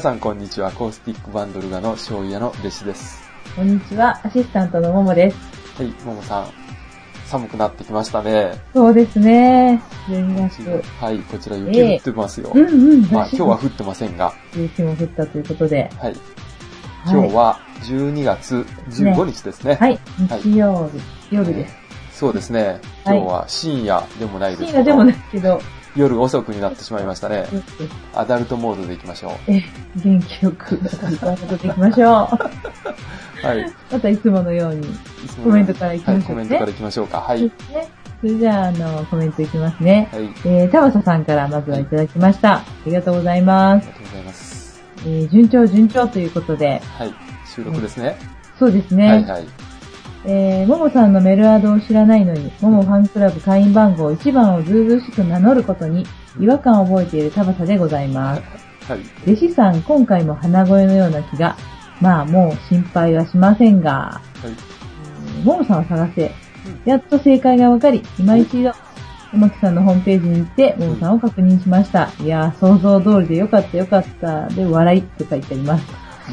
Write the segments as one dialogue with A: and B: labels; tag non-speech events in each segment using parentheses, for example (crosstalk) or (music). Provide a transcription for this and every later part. A: さんこんにちは、コースティックバンドルガの醤油屋の弟子です。
B: こんにちは、アシスタントのももです。
A: はい、ももさん、寒くなってきましたね。
B: そうですね。12月。
A: はい、こちら雪降ってますよ。
B: うんうん、
A: まあ今日は
B: は
A: 降ってませんが、
B: 雪も降ったということで。
A: はい、今日は12月15日ですね。
B: はい、はい、日曜日、夜です。
A: そうですね、今
B: はい
A: 日は深夜でもないです
B: 深
A: けど
B: 夜でもないけど、
A: 夜遅くになってしまいましたね
B: そ。うです
A: アダルトモードでいきましょ
B: え、元気よく、戻っていきまし
A: (laughs)
B: ょう。
A: う。はい。
B: またいつものように。
A: いつもの
B: (laughs) コメントからいきま
A: はい、
B: しょうね
A: コメントからいきましょうか。は
B: そう
A: い。
B: ですね。それじゃあ、あの、コメントいきますね。
A: はい、ありが
B: えー、田畑さんからまずはいただきました。ありがとうございます。
A: とうございます。
B: えー、順調順調ということで、
A: はい、収録ですね。
B: そうですね。
A: はいはい。
B: えー、ももさんのメルアドを知らないのに、ももファンクラブ会員番号1番をずうずうしく名乗ることに違和感を覚えている田畑でございます。
A: はい。
B: 弟子さん、今回も鼻声のような気が、まあもう心配はしませんが、
A: はい。
B: うんももさんを探せ。やっと正解がわかり、今一度、うまきさんのホームページに行って、ももさんを確認しました。いやー、想像通りでよかったよかった。で、笑いって書いてあります。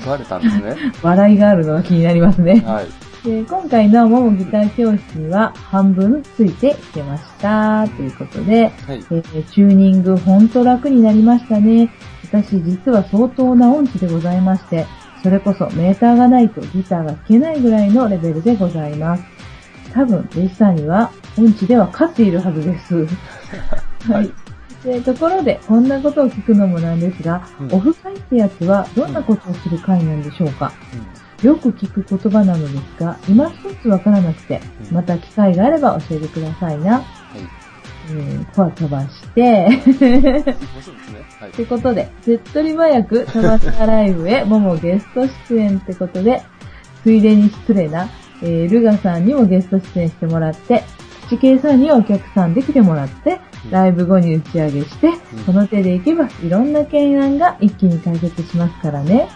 A: バレたんです
B: (laughs)
A: ね。
B: 笑いがあるのが気になりますね。
A: はい。
B: で今回のモモギター教室には半分ついてきてました。ということで、
A: はい。
B: えーチューニングほんと楽になりましたね。私実は相当な音痴でございまして、それこそメーターがないとギターが弾けないぐらいのレベルでございます。多分、弟子さんには音痴では勝っているはずです。 (laughs) はい。でところで、こんなことを聞くのもなんですが、
A: うん
B: オフ会ってやつはどんなことをする会なんでしょうか、
A: うん
B: よく聞く言葉なのですが、今一つわからなくて、
A: うん
B: また機会があれば教えてくださいな。
A: はい。
B: うん、コア飛ばして、
A: 面白いですね。はい
B: っ。てことで、手っ取り早くタバサライブへ (laughs) ももゲスト出演ってことで、ついでに失礼な、えー、ルガさんにもゲスト出演してもらって、プチケイさんにお客さんで来てもらって、
A: うん
B: ライブ後に打ち上げして、
A: うん
B: その手でいけばいろんな懸案が一気に解決しますからね。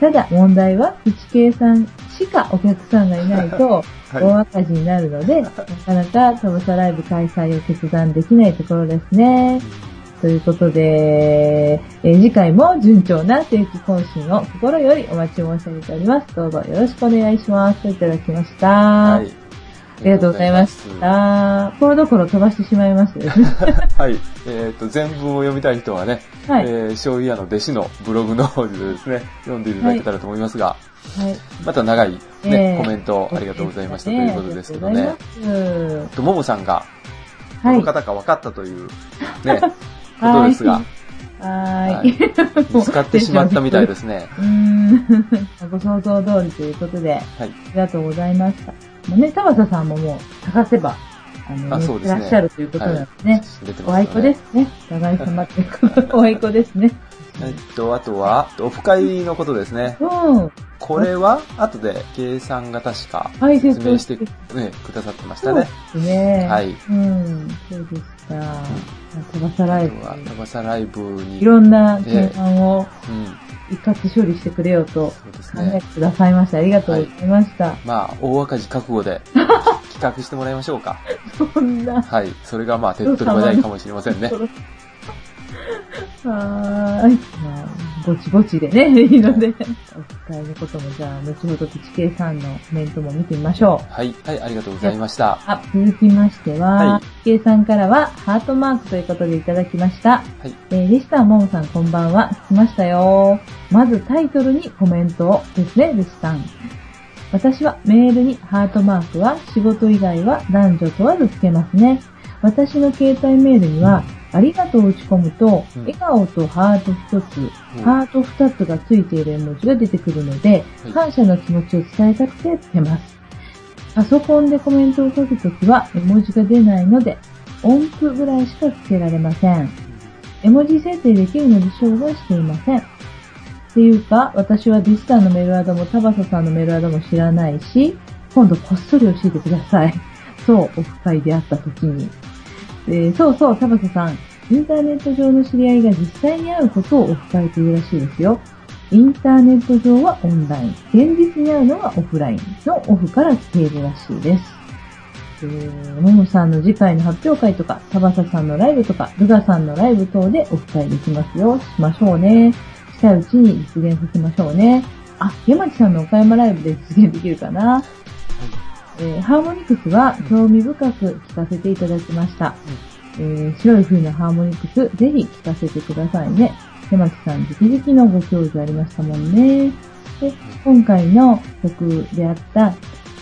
B: ただ問題は、プチケイさんしかお客さんがいないと、大
A: (laughs) は
B: 赤字になるので、なかなかタバサライブ開催を決断できないところですね
A: い。。
B: ということで、えー次回も順調な定期更新を心よりお待ち申し上げております。どうぞよろしくお願いします。といただきました。
A: はい。
B: ありがとうございました。これどころ飛ばしてしまいま
A: (laughs)
B: したですね。
A: はい。えっ、と、全文を読みたい人はね、
B: はい。
A: え
B: はい。
A: ー醤油屋の弟子のブログの方でですね、読んでいただけたらと思いますが、また長い、ね
B: ええ
A: コメントありがとうございましたということですけど
B: ありが
A: ね。
B: とうございます
A: と、ももさんが、ど
B: は
A: の
B: い。
A: 方か分かったという、
B: (laughs)
A: ね、ことですが、
B: は
A: は
B: ーい。
A: い見つかってしまったみたいですね。
B: (laughs) うーん。ご想像通りということで、
A: はい。
B: ありがとうございました。まあね、田畑さんももう探せば、あの、
A: あ
B: ね
A: そう
B: い
A: です
B: ら
A: ね
B: っしゃるということなんですね。
A: はい、出て
B: お
A: ます
B: 愛
A: よ
B: 子
A: ね
B: です
A: (laughs)
B: ね。お互い様ということで、お愛子ですね。
A: えっと、あとは、オフ会のことですね。
B: うん。
A: これは、後で、計算が確か、
B: はい
A: 説明して、
B: 説
A: ね
B: 明、
A: くださってまし
B: そ
A: た
B: う
A: ね
B: で。すね。
A: はい。
B: うん。そうでした。飛ばさ
A: あ
B: ライ
A: とは、
B: ブ。
A: タバサライブに。
B: いろんな転換を
A: うん。
B: 一括処理してくれよ
A: そ
B: と
A: うです
B: 考えて
A: ね。
B: くださいました。ありがとうございました。
A: まあ、大赤字覚悟で、企画してもらいましょうか。
B: そんな。
A: はい。それが、まあ、手っ取り早いかもしれませんね。
B: はーい。ま (laughs) あ、ぼちぼちでね、 (laughs) いいので。お使いのことも、じゃあ、後ほど、プチケイさんのコメントも見てみましょう。
A: はい。はい、ありがとうございました。
B: あ、続きまして
A: は
B: は、
A: い
B: ひけいさんからはハートマークということでいただきました。
A: はい。
B: えー、リシターももさんこんばんは。聞きましたよ。まずタイトルにコメントをですね、リシさん。私はメールにハートマークは仕事以外は男女問わずつけますね。私の携帯メールには、ありがとうを打ち込むと、
A: うん
B: 笑顔とハート1つ、
A: うん
B: ハート2つがついている絵文字が出てくるので、
A: はい
B: 感謝の気持ちを伝えたくてつけます。パソコンでコメントを書くときは絵文字が出ないので、音符ぐらいしかつけられません。絵文字設定できるので照合していません。っていうか、私はディスターのメールアドもタバサさんのメールアドも知らないし、今度こっそり教えてください。そう、オフ会で会った時に。えーそうそう、タバサさん。インターネット上の知り合いが実際に会うことをオフ会というらしいですよ。インターネット上はオンライン、現実に会うのはオフラインのオフから来ているらしいです。えー、ももさんの次回の発表会とか、タバサさんのライブとか、ルガさんのライブ等でオフ会できますよ。しましょうね。近いうちに実現させましょうね。あ、山木さんの岡山ライブで実現できるかな。えーハーモニクスは興味深く聞かせていただきました。えー白い冬のハーモニクス、ぜひ聞かせてくださいね。山木さん直々のご教授ありましたもんね。で、今回の曲であった、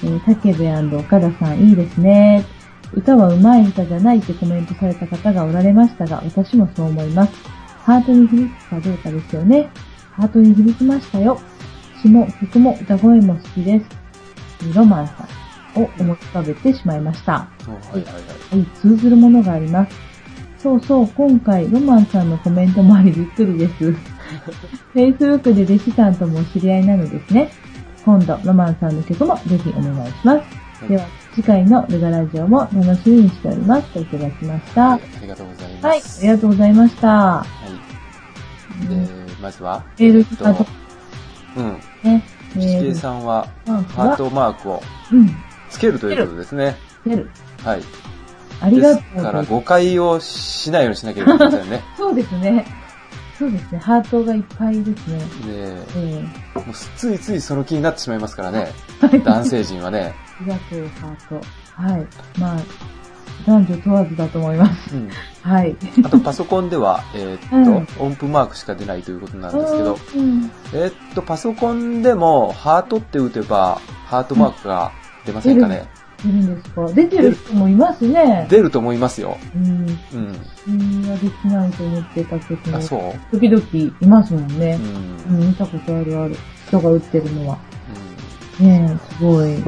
B: えー、竹部岡田さんいいですね。歌は上手い歌じゃないってコメントされた方がおられましたが、私もそう思います。ハートに響くかどうかですよね。ハートに響きましたよ。詩も曲も歌声も好きです。ロマンさんを思い浮かべてしまいました。
A: はいはいはい。
B: はい、通ずるものがあります。そうそう、今回、ロマンさんのコメントもありびっく
A: (laughs)
B: りです。Facebook で弟子さんともお知り合いなのですね。今度、ロマンさんの曲もぜひお願いします。では、次回のルガラジオも楽しみにしております。といただきました。
A: は、
B: はい
A: ありがとうございま
B: い、あ
A: す。
B: りがとうございました。
A: はい。
B: う
A: え
B: ん
A: ー、まずは、
B: メール来たと
A: うん。
B: ね、え
A: キケ
B: ー、
A: さんは、
B: マーク
A: ハー
B: は、
A: トマークを
B: うん、
A: つけるということですね。
B: 出る。
A: はい。
B: あり
A: で
B: が
A: す
B: とうござ
A: か
B: いま
A: ら
B: す。
A: 誤解をしないようにしなければいけません
B: (laughs)
A: ね。
B: そうですね。そうですね。ハートがいっぱいですね。
A: で、
B: えー、
A: もうついついその気になってしまいますからね。
B: はい
A: 男性陣はね。
B: ありがとう、ハート。はい。まあ、男女問わずだと思います。
A: うん。
B: はい。
A: あとパソコンでは、えーっと、音符マークしか出ないということなんですけど、
B: うん。
A: えーっと、パソコンでもハートって打てば、ハートマークが出ませんかね。
B: 出るんですか出てる人もいますね。
A: 出ると思いますよ。
B: うん。
A: うん。
B: うん、はできないと思ってたけど、
A: あ、そう
B: 時々いますもん
A: う
B: ね。
A: ん。
B: う
A: うん
B: ん、見たことあるある。人が打ってるのは。ねえ、すごい。はい。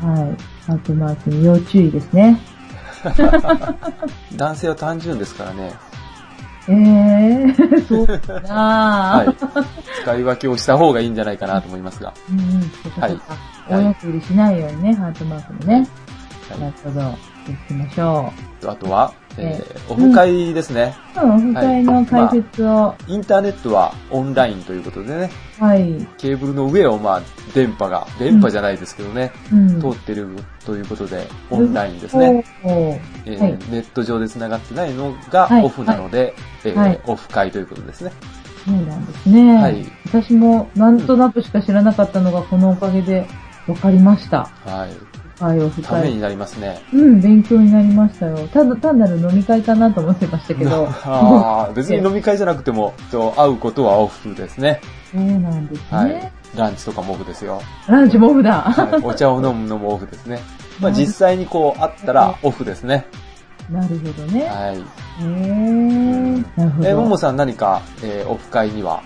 B: ハートマークに要注意ですね。
A: うん男性は単純ですからね。
B: ええー、 (laughs) そうだな
A: は
B: ぁ。
A: い。使い分けをした方がいいんじゃないかなと思いますが。
B: うんうん、そうかそうか。
A: はい
B: 大安売りしないようにね、ハートマークもね。
A: はい
B: なるほど。やっていきましょ
A: あとは、え
B: え
A: ー、オフ会ですね。
B: う。うん、オフ会の解説を、
A: インターネットはオンラインということでね、
B: はい。
A: ケーブルの上をまあ、電波が、電波じゃないですけどね、
B: うん。
A: 通ってるということで、オンラインですね。
B: おー。
A: えー
B: はい
A: ネット上で繋がってないのが
B: はい
A: オフなので、えー
B: はい
A: オフ会ということですね。
B: そうなんですね。
A: はい
B: 私も、なんとなくしか知らなかったのが、このおかげで、分かりました。
A: はい。
B: はい、オフ
A: ため
B: 会。
A: になります
B: (laughs)
A: ね。
B: うん、勉強になりましたよ。ただ、単なる飲み会かなと思ってましたけど。
A: (laughs) あー別に飲み会じゃなくても、えっと会うことはオフですね。
B: そうなんですね。
A: はい。ランチとかもオフですよ。
B: ランチもオフだ。
A: はいお茶を飲むのもオフです
B: (laughs)
A: ね。まあ実際にこう会ったらオフですね。
B: なるほどね。
A: はい。
B: へー。なるほど。
A: え、ももさん何か、えーオフ会には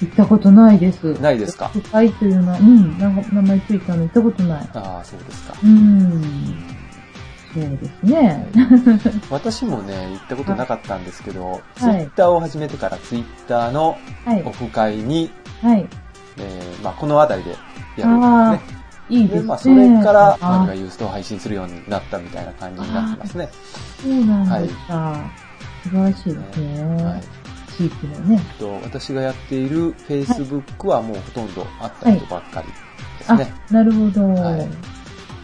B: 行ったことないです。
A: ないですか
B: オフ会というのは、うん、なんか名前ついたの行ったことない。
A: ああ、そうです
B: (laughs)
A: か。
B: うん。そうですね。
A: 私もね、行ったことなかったんですけど、ツイ
B: はい
A: ッターを始めてからツイッターの
B: はい
A: オ。フ会に、
B: はい。
A: えーまあ、この辺りでやるん
B: あ
A: ですね。
B: あ、いいで
A: で、
B: す
A: まあ、
B: ね。
A: それから、
B: あ
A: 何
B: ー
A: がユーストを配信するようになったみたいな感じになってますね。
B: そうなんですか。素晴らしいです
A: はい
B: ね。。地域のね。
A: えっと、私がやっている Facebook はもうほとんど会った人ばっかりです
B: あ
A: ね。、
B: なるほど
A: はい。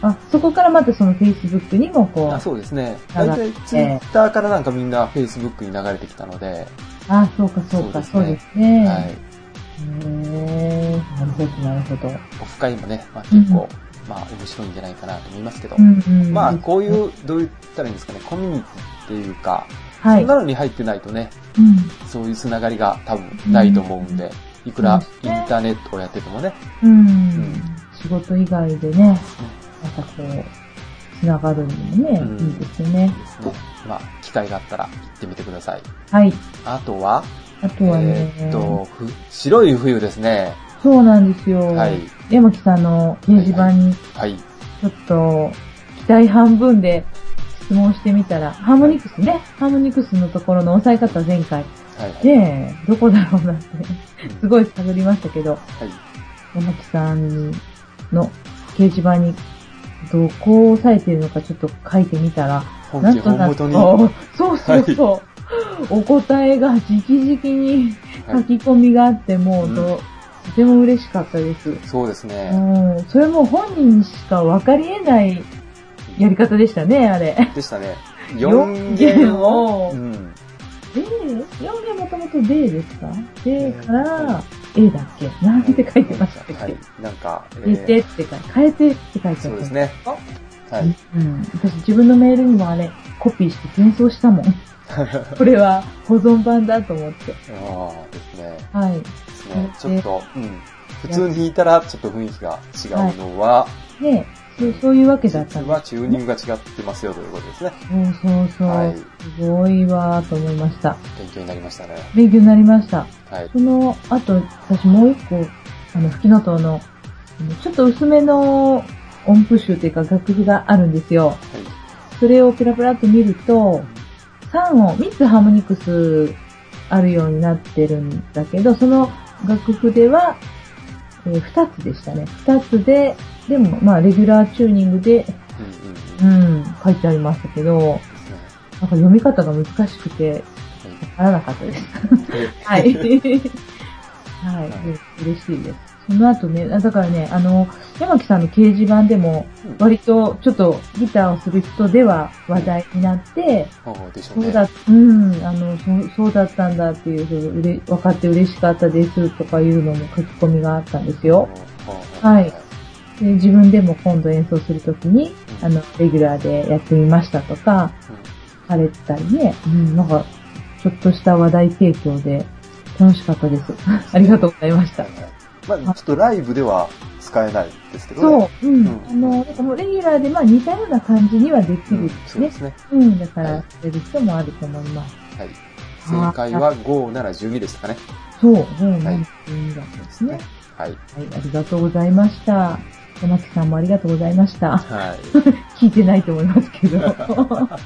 B: あ、そこからまたその Facebook にもこう
A: あ、そうですね。大
B: だから
A: 体 Twitter からなんかみんな Facebook に流れてきたので、
B: あ、そうかそうか、
A: そ
B: そうう
A: で
B: ですすね。
A: はい。
B: へーなるほど、なるほど。
A: オフ会もね、まあ、結構、まあ面白いんじゃないかなと思いますけど、
B: うんうん
A: まあこうい、う、どう言ったらいいんですかね、コミュニティっていうか、
B: は
A: そ
B: い
A: んな。のに入ってないとね、
B: うん
A: そういうつながりが多分ないと思うんで、いくらインターネットをやっててもね、
B: うん。仕事以外でね、なんかこう、つながるのもね、
A: うん
B: いいですよね。
A: ですね、まあ機会があったら行ってみてください。
B: はい。
A: あとは、
B: あとはね、
A: えーっと、ふ白い冬ですね。
B: そうなんですよ。
A: はい。
B: 山木さんの掲示板に、
A: はい。
B: ちょっと、期待半分で質問してみたら、ハーモニクスね、ハーモニクスのところの押さえ方前回、
A: はい。はい。
B: ねえ、どこだろうなって、すごい探りましたけど、
A: はい
B: 山木さんの掲示板に、どこを押さえてるのかちょっと書いてみたら、
A: 本
B: な
A: 家
B: んと
A: 本
B: なく、
A: 元に、
B: そうそうそう、お答えが直々に
A: は
B: 書
A: い
B: き込みがあって、も
A: うん
B: うど、とても嬉しかったです。
A: そうですね。
B: うん、それも本人にしか分かり得ないやり方でしたね、あれ。
A: でしたね。
B: 四
A: 4弦を、
B: 弦を
A: うん
B: で、4がもともと D ですか ?D から A だっけなんて書いてましたっけ、
A: はい。なんか、えー
B: 言ってって書いて、変えてって書いてあ
A: そう
B: っ
A: で
B: た
A: す。ね。はい。
B: うん。私自分のメールにもあれ、コピーして転送し
A: (laughs)
B: たもん。これは保存版だと思って。
A: ああ、ですね。
B: はい。
A: ですね。ちょっと、うん。普通に弾いたら、ちょっと雰囲気が違うのは、
B: ねそうそういうわけだった
A: 実
B: んで
A: はチューニングが違ってますよということですね。
B: そうそうそう。
A: はい
B: すごいわーと思いました。
A: 勉強になりましたね。
B: 勉強になりました。
A: はい。
B: その後、私もう一個、あの、吹きの塔の、あのちょっと薄めの音符集というか楽譜があるんですよ。それをペラペラっと見ると、3音、3つハーモニクスあるようになってるんだけど、その楽譜では、えー2つでしたね。2つで、でも、まあ、レギュラーチューニングで、
A: うんうんうん。で
B: うん、書いてありましたけど、
A: すね。
B: なんか読み方が難しくて、
A: はい
B: わからなかったです。
A: はい
B: はい。はい、嬉しいです。その後ね、あだからね、あの、山木さんの掲示板でも、
A: うん
B: 割とちょっとギターをする人では話題になって、
A: そうでしょう
B: そう
A: ね。
B: だ、うん、あの、そうそうだったんだっていう、そううれ分かって嬉しかったですとかいうのも書き込みがあったんですよ。
A: は
B: はいで自分でも今度演奏するときに、あの、レギュラーでやってみましたとか、されてたりね、うん、なんか、ちょっとした話題提供で楽しかったです。 (laughs) ありがとうございました。
A: まあ、ちょっとライブでは使えないですけどね。
B: そう、うん。
A: うん
B: あの、なんかもうレギュラーでまあ似たような感じにはできるん
A: ん
B: です
A: そうで
B: ね。
A: すね。
B: うん、だか
A: はい
B: ら、そういう人もあると思います。
A: はい。正解は5712でしたかね。
B: そう、そうなん
A: はい
B: ていうんだったんですね。は
A: は
B: い、
A: い。
B: ありがとうございました。山木さんもありがとうございました。
A: は
B: (laughs)
A: い。
B: 聞いてないと思います
A: (laughs)
B: けど。ね、 (laughs) は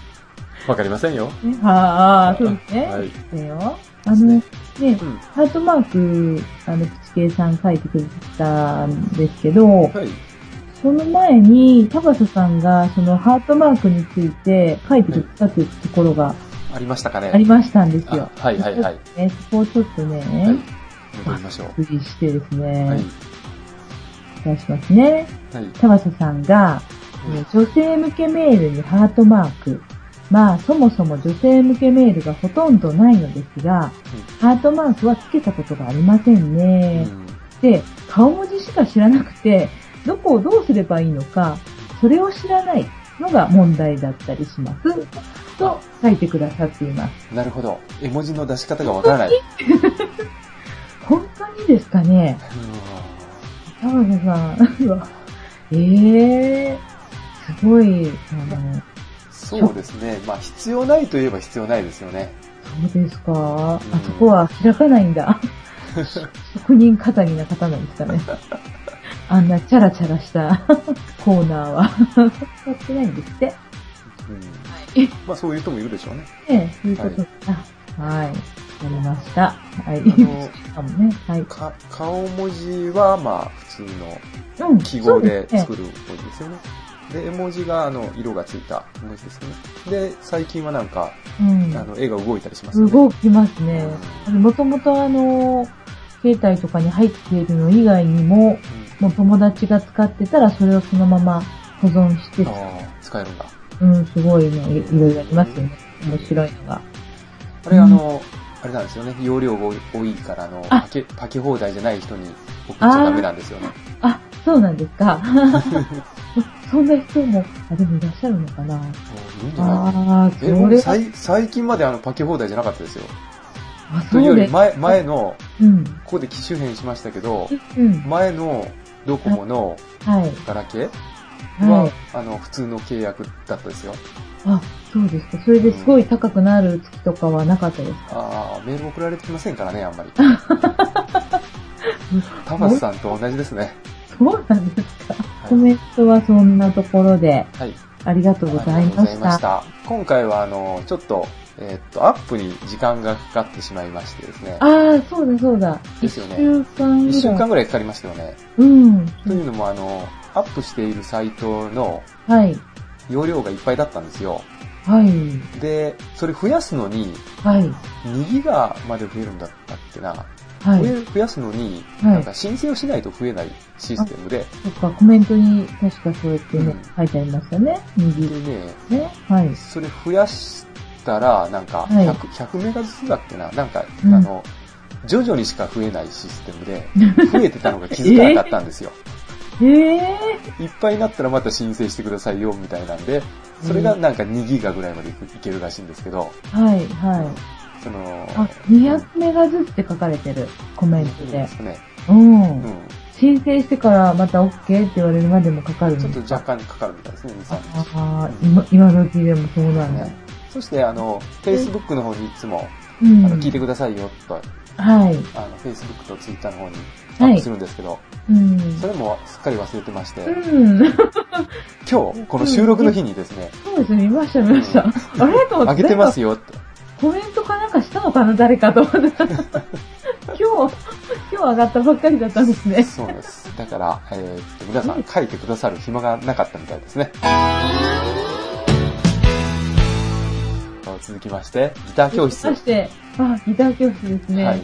A: わかりませんよ。
B: あ、そうですね。
A: はい
B: ですよ。あ
A: です
B: の、ね
A: ね、うん。
B: ハートマーク、あの、プチケイさん書いてくれたんですけど、
A: はい。
B: その前に、タバサさんが、そのハートマークについて書いてくれたというところが
A: ありましたかね。
B: ありましたんですよ。
A: あはいはいはい
B: ちょっとね、そこをちょっとね、
A: はい。戻りましょ
B: びっくりしてです
A: う。
B: ね、
A: はい。
B: お伝えしますね。
A: はい。
B: タバサさんが、えー女性向けメールにハートマーク。まあ、そもそも女性向けメールがほとんどないのですが、ハートマークはつけたことがありません
A: う
B: ね。
A: ん
B: で、顔文字しか知らなくて、どこをどうすればいいのか、それを知らないのが問題だったりします。と書いてくださっています。
A: なるほど。絵文字の出し方がわからない。
B: 本当にですかね田畑さん、 (laughs) うわええすごい、あの、
A: そうですね。まあ、必要ないといえば必要ないですよね。
B: そうですかあそこは開かないんだ。職人肩にな方なんですかね。あんなチャラチャラしたコーナーは使ってないんですって。
A: うんまあ、そういう人もいるでしょうね。
B: ねそういうことあ、はい。わかりました。はい。
A: の
B: しかもね、はい。
A: か顔文字は、まあ、普通の
B: うん、
A: 記号で
B: る。
A: 作る文字ですよね。で、絵文字が、あの、色がついた文字ですよね。で、最近はなんか、
B: うん。
A: あの、絵が動いたりしますよね。
B: 動きますね
A: うん。
B: もともとあの、携帯とかに入っているの以外にも、もう友達が使ってたらそれをそのまま保存して
A: うん、ああ、使えるんだ。
B: うん、すごいの、いいろいろありますよね。面白いのが。
A: あれ、
B: うん
A: あの、あれなんですよね。容量が多いから、あの、
B: あ
A: パケ、パケ放題じゃない人に送っちゃダメなんですよね。
B: あ、そうなんです
A: (laughs)
B: か。そんな人も、あ、でもいらっしゃるのかな。
A: うんいいんじゃない
B: ああ、そ
A: え、
B: れ
A: 僕
B: は、
A: 最最近まであの、パケ放題じゃなかったですよ。
B: あ、
A: という
B: そ
A: よ
B: うで
A: り、
B: す。
A: 前、前の、
B: うん。
A: ここで機種変しましたけど、
B: うん。
A: 前のドコモの
B: はい。
A: ガラケーは、
B: はい。
A: あの、普通の契約だったですよ。
B: あ、そうですか。それですごい高くなる月とかはなかったですか
A: ああ、メール送られてきませんからね、あんま
B: (laughs)
A: り。タマスさんと同じですね。
B: そうなんですか。
A: はい
B: コメントはそんなところで、
A: はい。
B: ありがとうございま
A: ありがとうござい
B: し。
A: ましたた。今回は、あの、ちょっと、えーっと、アップに時間がかかってしまいましてですね。
B: ああ、そうだそうだ。
A: ですよね
B: 一週間
A: 1
B: ぐ
A: 週
B: らい。
A: 間ぐらいかかりましたよね。
B: うん。
A: というのも、あの、アップしているサイトの
B: はい。
A: 容量がいっぱいだったんですよ。
B: はい。
A: で、それ増やすのに、
B: はい。
A: 2ギガまで増えるんだったっけな。
B: はい。
A: 増え増やすのに、
B: はい
A: なんか申請をしないと増えないシステムで、
B: そっか、コメントに確かそうやってね、
A: うん
B: 書いてありましたね。右
A: でね、
B: ね。はい。
A: それ増やしったら、なんか
B: はい
A: 100、100メガずつだっけな、なんか、
B: うん
A: あの、徐々にしか増えないシステム
B: (laughs)
A: で、増えてたのが気づかなかったんですよ。
B: ええ
A: いっぱいになったらまた申請してくださいよ、みたいなんで、それがなんか2ギガぐらいまでいくいけるらしいんですけど、
B: はい、はい。
A: その、
B: あ、200メガずつって書かれてる、コメント
A: そう
B: で
A: で。すね。
B: うん。
A: う
B: 申請してからまた OK って言われるまでもかかる
A: ん。
B: の
A: ちょっと若干かかるみたいですね、2、3日。
B: ああ、今、今時でもそうなんだ
A: ね。そして、あの、Facebook の方にいつも、
B: う
A: あ
B: ん。
A: の、聞いてくださいよ、と、
B: はい。
A: あの、Facebook と Twitter の方にア
B: はい
A: ップするんですけど、
B: うん。
A: それもすっかり忘れてまして、
B: うん。
A: 今日、この収録の日にですね、
B: そうですね、見ました、見ました。あれと思って。
A: あげてますよ、と。
B: コメントかなんかしたのかな誰かと思って
A: (laughs)
B: た。今日、今日上がったばっかりだったんですね。
A: そうです。だから、えーっと、皆さん書いてくださる暇がなかったみたいですね。続きまして、ギター教室。
B: そして、あ、ギター教室ですね。
A: はい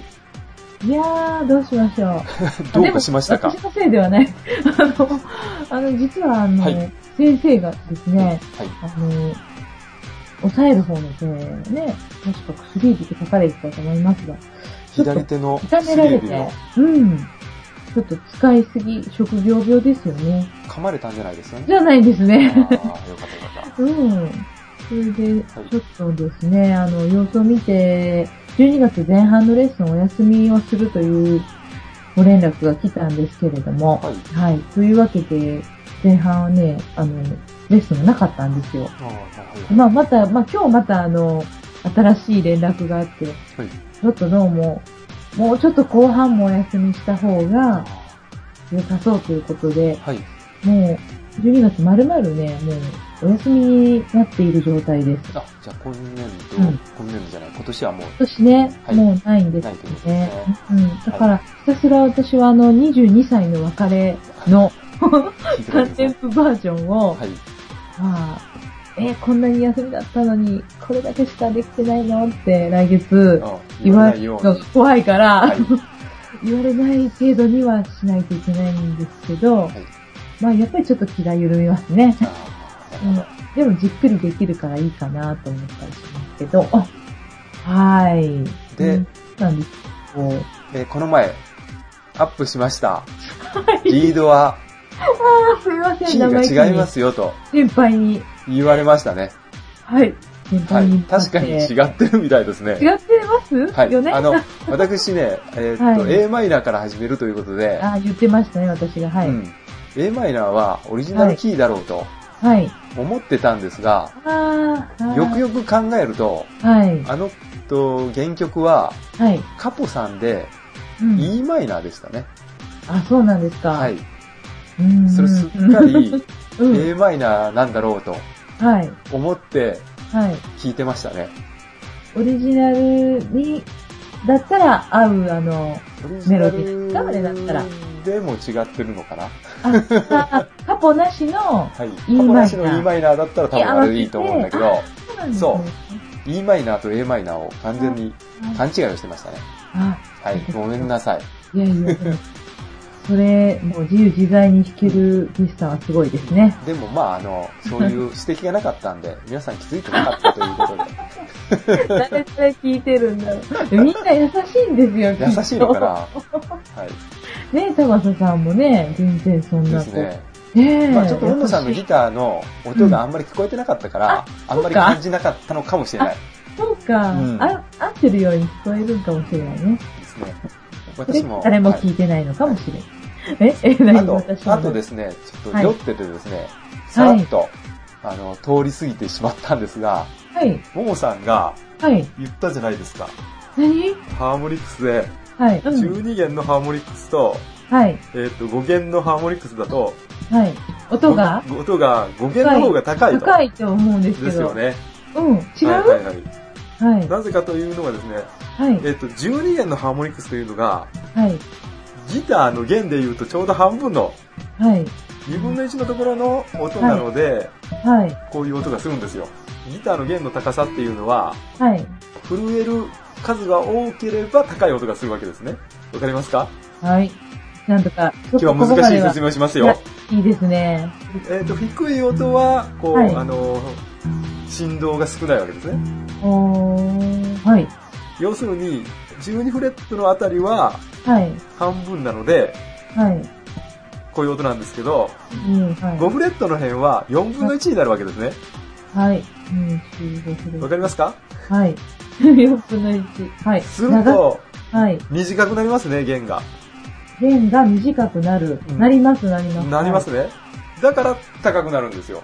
B: い、。やー、どうしましょう。
A: (laughs) どうかしました
B: あ
A: か
B: でも私のせいではない。あの、あの、実はあの、
A: はい
B: 先生がですね、
A: はい。
B: あの、抑える方の手ね、確か薬指って書かれてたと思いますが、ちょっと
A: 左手の
B: 痛め
A: 薬
B: られ
A: 指
B: て
A: を、
B: うん。ちょっと使いすぎ、職業病ですよね。
A: 噛まれたんじゃないですよ
B: じ
A: ね。
B: ゃないです
A: あ
B: ね
A: あ。ー、よかったよかっ
B: うん。それで、ちょっとですね、あの、様子を見て、12月前半のレッスンお休みをするというご連絡が来たんですけれども、
A: た。はい。
B: はい。というわけで、前半はね、あの、レッスンがなかったんですよ。
A: あーはいはい
B: まあ、また、まあ、今日また、あの、新しい連絡があって、
A: はい
B: ちょっとどうも、もうちょっと後半もお休みした方が良さそうということで、
A: はい。
B: もう、12月まるまるね、もう、お休みになっている状態です。
A: あ、じゃあ今年度、
B: うん
A: 今年度じゃない、今年はもう、
B: 今年ね、
A: はい
B: もうないんです
A: ない
B: よ
A: ということです
B: ね
A: ね。
B: うん。だから、ひたすら私はあの、22歳の別れの
A: 聞いて
B: カ
A: ないで
B: ン
A: す
B: テン
A: ね。
B: プバージョンを、
A: はい。
B: まあ、えーこんなに休みだったのに、これだけしかできてないのって来月
A: あ
B: 言
A: 言わ
B: わ
A: れな
B: れ
A: い
B: る
A: よ
B: の
A: うに
B: が。怖いから、
A: はい
B: (laughs) 言われない程度にはしないといけないんですけど、
A: い
B: まあやっぱりちょっと気が緩みますね。
A: あー
B: う
A: なる
B: んでもじっくりできるからいいかなと思ったりしますけど、あ、はーい。
A: ほどで
B: う、ん、そうなんですこう
A: えーこの前、アップしました。リードは、
B: あすいませ
A: キ
B: ん、名前
A: ーが違いますよと
B: 先輩に、
A: 言われましたね。
B: はい。先
A: は
B: 輩
A: い
B: に。向って。
A: 確かに違ってるみたいですね。
B: 違ってます、
A: はい。
B: よね
A: あの、私ね、えーっと、
B: はい
A: A マイナーから始めるということで、
B: (laughs) あ言ってましたね、私が。はい。
A: うん。A マイナーはオリジナルキーだろうと
B: はい。
A: 思ってたんですが、
B: あーあー。
A: よくよく考えると、
B: はい。
A: あの、と、原曲は、
B: はい。
A: カポさんで
B: うん。
A: E マイナーでしたね。
B: あ、そうなんですか。
A: はい。。
B: うん。
A: それすっかり
B: うん。
A: A マイナーなんだろうと
B: はい。
A: 思って
B: はい。
A: 聴いてましたね。
B: オリジナルに、だったら合う、あの、メロディーですかあれだったら。
A: でも違ってるのかな (laughs)
B: あカポなしの、
A: はい。
B: E
A: カポなしの
B: マイナー
A: E マイナーだったら多分あれでいいと思うんだけど、
B: そうなんですね
A: そう。E マイナーと A マイナーを完全に勘違いをしてましたね。
B: あ、
A: はい。ごめんなさい。
B: いやいや。でもそれ、もう自由自在に弾けるリスさんはすごいで
A: (laughs)
B: すね。
A: でもまああの、そういう指摘がなかったんで、皆さん気づいてなかったということで、
B: 誰々聞いてるんだろう。みんな優しいんですよ、きっと
A: 優しいのかなはい。
B: ねえ、高瀬さんもね、全然そん
A: で
B: な
A: す
B: こ
A: ね。
B: う。ねえ。
A: まあちょっと、おのさんの
B: 優し
A: ギ
B: い
A: ターの音があんまり聞こえてなかったから、あんまり感じなかったのかもしれない
B: そうか、
A: うん
B: あ。合ってるように聞こえるんかもしれないね。
A: ですね。
B: で
A: 私も。
B: 誰も
A: はい
B: 聞いてないのかもしれない。え、え、何
A: あと
B: 私、も
A: あとですね、ちょっと
B: はい
A: 酔っててですね、さらっと、あの、通り過ぎてしまったんですが、
B: はい。
A: ももさんが
B: はい。
A: 言ったじゃないですか。
B: 何
A: ハーモニクスで、
B: はい。うん。
A: 12弦のハーモニクスと、
B: はい。
A: えっ、と、5弦のハーモニクスだと、
B: はい。音が
A: ご音が5弦の方が高いと。
B: 高いと思うんですけど。
A: ですよね。
B: うん。違う
A: はいはいはい。
B: はい。
A: なぜかというのはですね、
B: はい。
A: えっ、と、12弦のハーモニクスというのが、
B: はい。
A: ギターの弦で言うとちょうど半分の、
B: はい。
A: 2分の1のところの音なので、
B: はい。
A: こういう音がするんですよ。ギターの弦の高さっていうのは、
B: はい。
A: 震える数が多ければ高い音がするわけですね。わかりますか
B: はい。なんとか、
A: 今日は難しい説
B: 明
A: 明をします
B: いや
A: よ。
B: いいですね。
A: えっ、と、低い音は、こう、
B: はい
A: あの、振動が少ないわけですね。
B: おー、はい。
A: 要するに、12フレットのあたりは
B: はい。
A: 半分なので、
B: はい。
A: こういう音なんですけど、
B: うん、はい。
A: 5フレットの辺は4分の1になるわけですね。
B: はい。うん、15フレ
A: わ
B: ッ
A: かりますか
B: ト。はい。4分の1。はい。
A: する
B: 長
A: と、
B: はい。
A: 短くなりますね、弦が。
B: 弦が短くなる。
A: うん
B: なります、なります。
A: なります
B: はい。
A: ね。だから高くなるんですよ。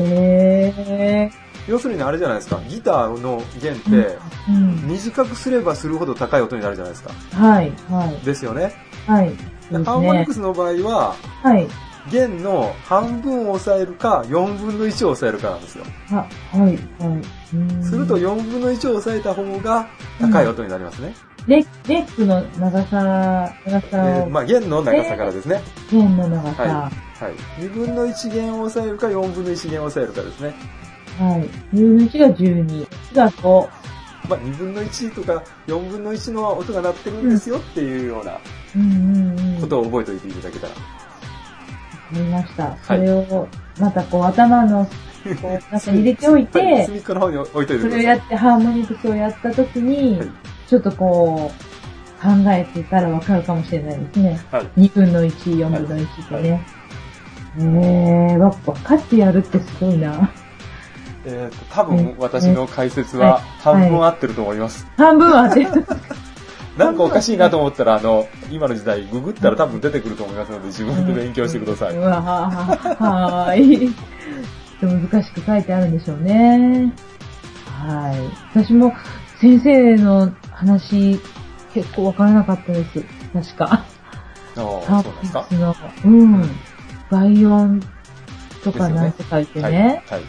B: え
A: 要するにあれじゃないですか、ギターの弦っ
B: ー。
A: て、
B: うんうん。
A: 短くすればするほど高い音になるじゃないですか。
B: はい、はい、
A: ですよね。
B: はい。
A: で
B: そうですね
A: ハーモニクスの場合は、
B: はい。
A: 弦の半分を抑えるか、4分の1を抑えるかなんですよ。
B: あ、はい、はいうん。
A: すると、4分の1を抑えた方が高い音になりますね。
B: レレックの長さ、長
A: え
B: さ
A: ー
B: を、
A: まあ、弦の長さからですね。
B: 弦の長さ。
A: はい。2分の1弦を抑えるか、4分の1弦を抑えるかですね。
B: はい。10の1が12。1が5。
A: まあ、2分の1とか、4分の1の音が鳴ってるんですよっていうような
B: うんうんうん。
A: ことを覚えておいていただけたら。
B: わかりました。それを、またこう、頭の、こう、中に入れてお
A: (laughs) は
B: い
A: い
B: て、
A: 隅っこの方に置いといてく
B: そ
A: ださい。
B: れをやって、ハーモニクスをやったときに
A: はい、
B: ちょっとこう、考えてたらわかるかもしれないですね。
A: はい
B: 2分の1、4分の1ってね。えー、わ分かってやるってすごいな。
A: えーと、多分私の解説は
B: はい
A: 半分合ってると思います。
B: 半分は当てる。
A: なんかおかしいなと思ったら、あの、今の時代、ググったら多分出てくると思いますので、自分で勉強してください。
B: うわはははーい。でも難しく書いてあるんでしょうね。はい。私も先生の話、結構わからなかったです。確か。
A: あ
B: ハ
A: あ
B: ー
A: そうなん
B: ピ
A: ですか
B: ックの、うん。倍音とかなんて書いて
A: はい。
B: ね。
A: はい。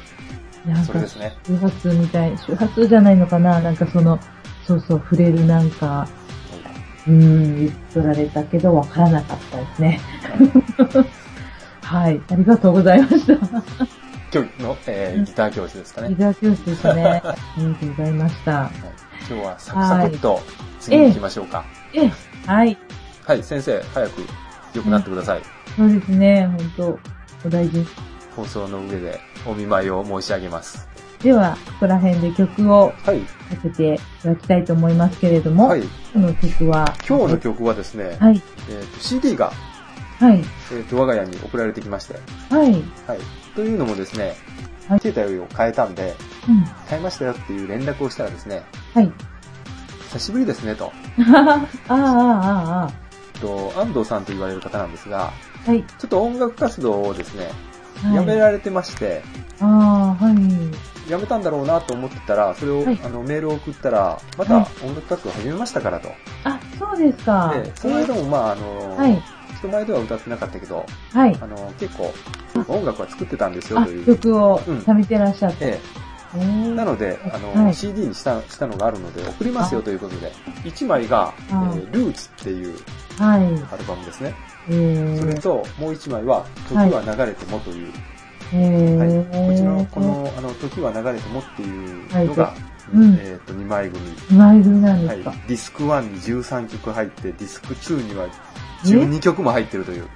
B: なん
A: それ
B: か
A: ですね。
B: 周波数みたい、周波数じゃないのかななんかその、そうそう、触れるなんか、うん、言っとられたけど、わからなかったですね。 (laughs) はい、ありがとうございました。
A: 今日の、えーギター教室ですかね。
B: 伊沢教室でしたね。
A: (laughs)
B: ありがとうございました。
A: はい今日はサクサクっと次に行きましょうか。
B: え、はい、
A: はい、先生、早く良くなってください。
B: そうですね、本当お大事に。
A: 放送の上でお見舞いを申し上げます。
B: では、ここら辺で曲を
A: はい。
B: かけていただきたいと思いますけれども、
A: はい。
B: 今日の曲は、
A: 今日の曲はですね、
B: はい、
A: えーと CD が、
B: はい、
A: えーと我が家に送られてきまして、
B: はい、
A: はい。というのもですね、
B: はい
A: 携帯を変えたんで、
B: うん、
A: 変えましたよっていう連絡をしたらですね、
B: はい。
A: 久しぶりですねと、
B: ああ、ああ、あ
A: えっと安藤さんと言われる方なんですが、
B: あ、はい。
A: ちょっと音楽活動をですね、
B: はい
A: やめられてまして、
B: ああ、はい。
A: やめたんだろうなと思ってたら、それを、
B: はい
A: あのメールを送ったら、ま
B: は
A: た音楽活動を始めましたからと。
B: あ、そうですか。
A: で、その間もまああの、
B: はい、
A: 人前では歌ってなかったけど、
B: はい
A: あ。の結構音楽は作ってたんですよ
B: あ
A: という。
B: 曲を
A: うん
B: 貯めてらっしゃって。
A: え
B: えー
A: え、なので、あの、
B: はい
A: CD にしたしたのがあるので、送りますよということで、1枚が、え
B: あ
A: ールーツっていう
B: は
A: ア
B: い。
A: ルバムですね。
B: えー
A: それと、もう一枚は、時は流れてもという、
B: え
A: はい
B: ー
A: こちらのこの、あの、時は流れてもっていうの
B: は
A: が、
B: うん
A: えっ、と、2枚組。
B: 二枚組なん
A: は
B: で
A: い、デ
B: すか。
A: ィスク1に13曲入って、ディスク2には12曲も入ってるという、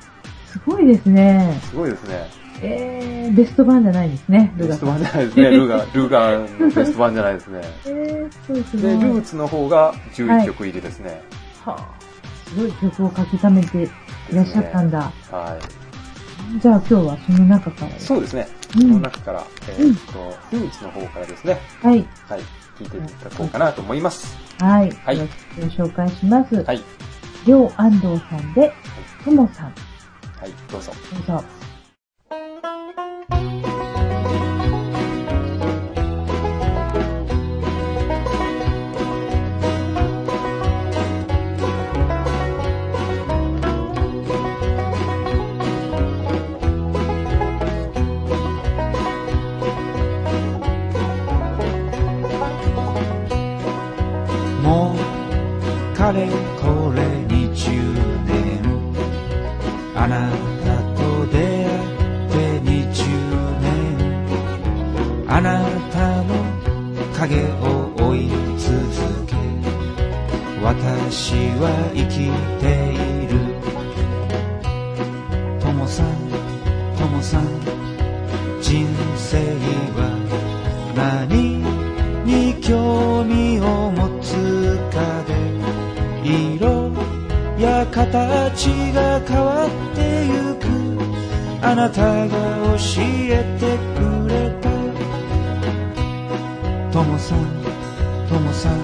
B: すごいですね。
A: すごいですね。
B: えー、ベスト版じゃないですね、ル
A: ベ
B: ガ
A: スト
B: さん。
A: 版じゃない
B: (laughs)
A: ですね。ルーガ、ルーガのベスト版じゃないですね。
B: えー、すごいす
A: で、
B: ごい。
A: ルーツの方が11曲入りですね。
B: はあすごい曲を書き溜めていらっしゃったんだ。
A: はい。
B: じゃあ今日はその中から。
A: そうですね。
B: う
A: その
B: ん。
A: 中から、えーっと、ルーツの方からですね、
B: はい。
A: はい、聞いていただこうかなと思います。
B: はい。
A: はい
B: ではご紹介します。
A: はい。
B: りょう安藤さんで、ともさん。ど
A: はい、どうぞ。
B: うぞ。
C: もうかれこれ20年あなたと出会って20年あなたの影を追い続け私は生きているともさんともさん人生は形が変わってゆくあなたが教えてくれたともさんともさん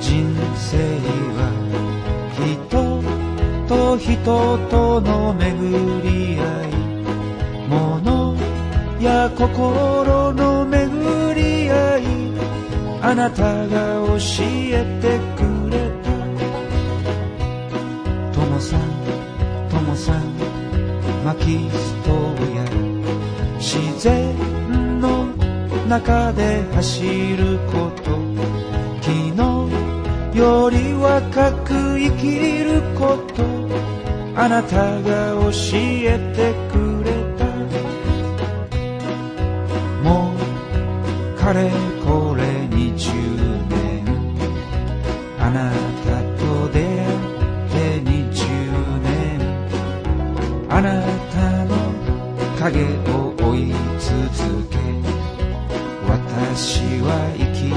C: 人生は人と人との巡り合い物や心の巡り合いあなたが教えてくれたともさんともさん巻きストーや自然の中で走ること昨日より若く生きることあなたが教えてくれたもうかれこれ20年あなたと出会って20年あなたの影を追い続け私は生きている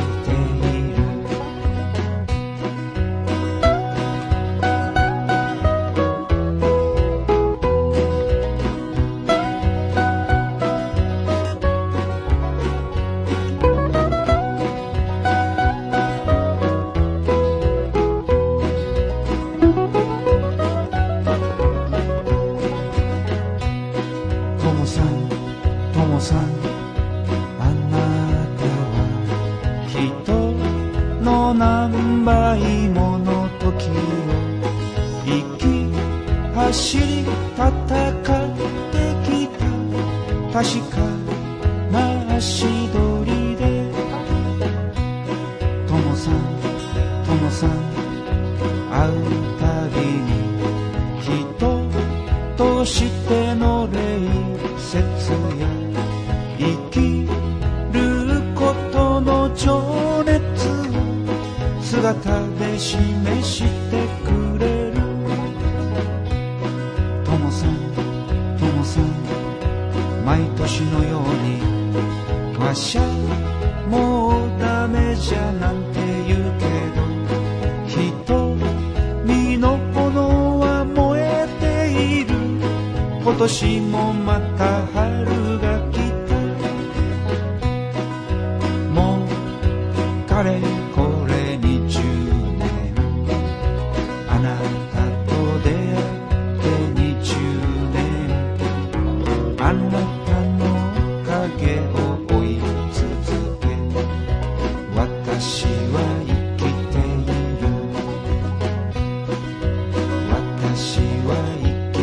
C: ともさんともさんあなたは人の何倍もの時を生き走り戦ってきた確かな足取りでともさんともさん会うたびに人としての礼節や生きることの情熱を姿で示してくれるともさんともさん毎年のようにわしゃもうダメじゃなんて言うけど瞳の炎は燃えている今年もまた春が来たもうかれこれ20年あなたと出会って20年あなたの影を追い続け私は生きている私は生きて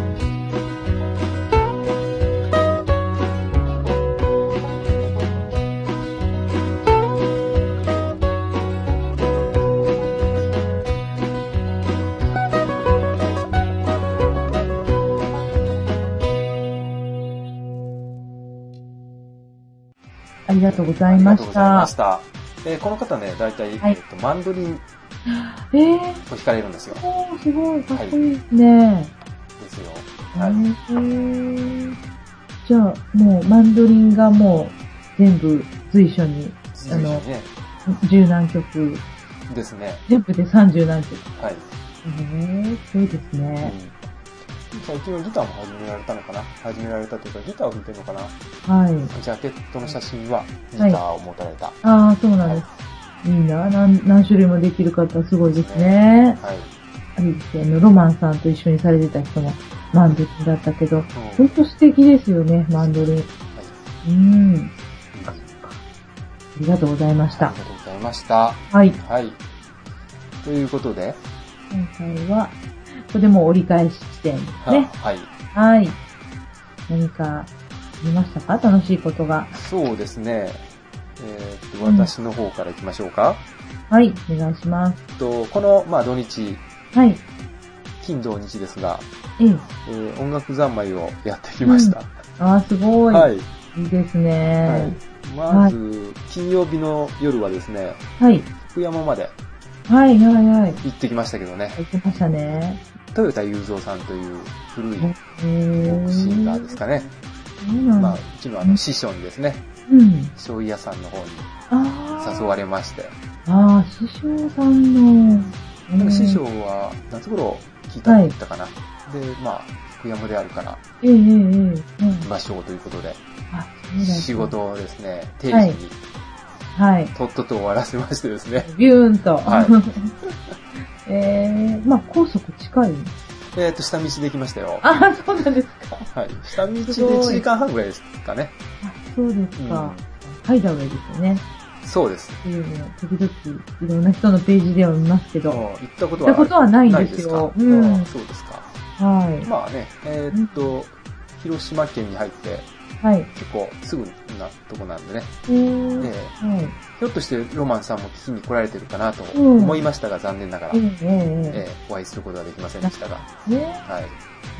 C: いる
B: ありがとうござ
A: あ
B: い
A: り
B: ま
A: がとう
B: し
A: ござい
B: た
A: まし。た。えーこの方ね、大体、
B: はい
A: えっと、マンドリンを
B: えー、
A: 弾かれるんですよ。
B: おーすごい、かっこいいですね。
A: ですよ。
B: は
A: はいい。
B: じゃあ、もうマンドリンがもう全部随所に、あ
A: 随
B: の
A: 所、にね。
B: 十何曲、
A: ですね。
B: 全部で三十何曲。
A: はい。
B: えー、すごいですね。
A: うん最近はギターも始められたのかな始められたというか、ギターを弾いてるのかな
B: はい。
A: ジャケットの写真はギターを持たれた。は
B: ああ、そうなんです。いいな。何、何種類もできる方、すごいですね。
A: い。
B: あれですよね、ロマンさんと一緒にされてた人もマンドリンだったけど、
A: う
B: ほんと素敵ですよね、マンドリン。うん。
A: んはい
B: ありがとうございまし
A: あ
B: た
A: り。がとうございました。
B: はい。
A: はい。ということで、
B: 今回は、ここでもう折り返し地点です
A: は
B: ね。
A: はい。
B: はい。何か、ありましたか楽しいことが。
A: そうですね。えーっと、
B: うん
A: 私の方から行きましょうか。
B: はい、お願いします。
A: えっと、この、まあ、土日、
B: はい。
A: 金土日ですが、
B: ええ。
A: えー音楽三昧をやってきました。
B: ああ、すごい。。
A: はいい。
B: いです
A: は
B: ね。
A: い。まず、金曜日の夜はですね、
B: はい。
A: 福山まで
B: はい、はい、はい。
A: 行ってきましたけどね、
B: 行きましたね。
A: 豊田雄三さんという古いフォ
B: え
A: ークシンガーです
B: か
A: かね。
B: そうなん
A: まあ、
B: だ
A: う。ちのあの、師匠にですね、
B: うん。
A: 醤油屋さんの方に
B: ああ。
A: 誘われまして、
B: ああ、師匠さんの、
A: なんか師匠は夏頃聞いたって言ったかな。で、まあ、福山であるから、
B: ええええええうん。
A: 行きましょうということで、
B: あ、そうだ
A: 仕。事をですね、定
B: はい
A: 時に
B: はい。
A: とっとと終わらせまして
B: (laughs)
A: ですね、
B: ビューンと。
A: はい
B: え (laughs) えまあ高速近い。
A: えっと、下道で行きましたよ。
B: あ、そうなんですか。
A: はい。下道です
B: ごい
A: 1時間半ぐらいですかね。
B: あ、そうですか。ハイダウェイですよね。
A: そうです。
B: っていうのを時々いろんな人のページでは見ますけど。
A: もう行ったこと
B: 行った
A: は
B: ことはないん
A: ない
B: で
A: ですすか
B: よ。。うん。
A: あ
B: は
A: あそうですか。
B: い。
A: まあね、えっと、広島県に入って、
B: はい。
A: 結構すぐなとこなんでね、
B: えー
A: ええ
B: はい。
A: ひょっとしてロマンさんも聞きに来られてるかなと
B: うん
A: 思いましたが、残念ながら、
B: え
A: え
B: ええええ
A: えお会いすることはできませんでしたが、
B: えね
A: はい。
B: う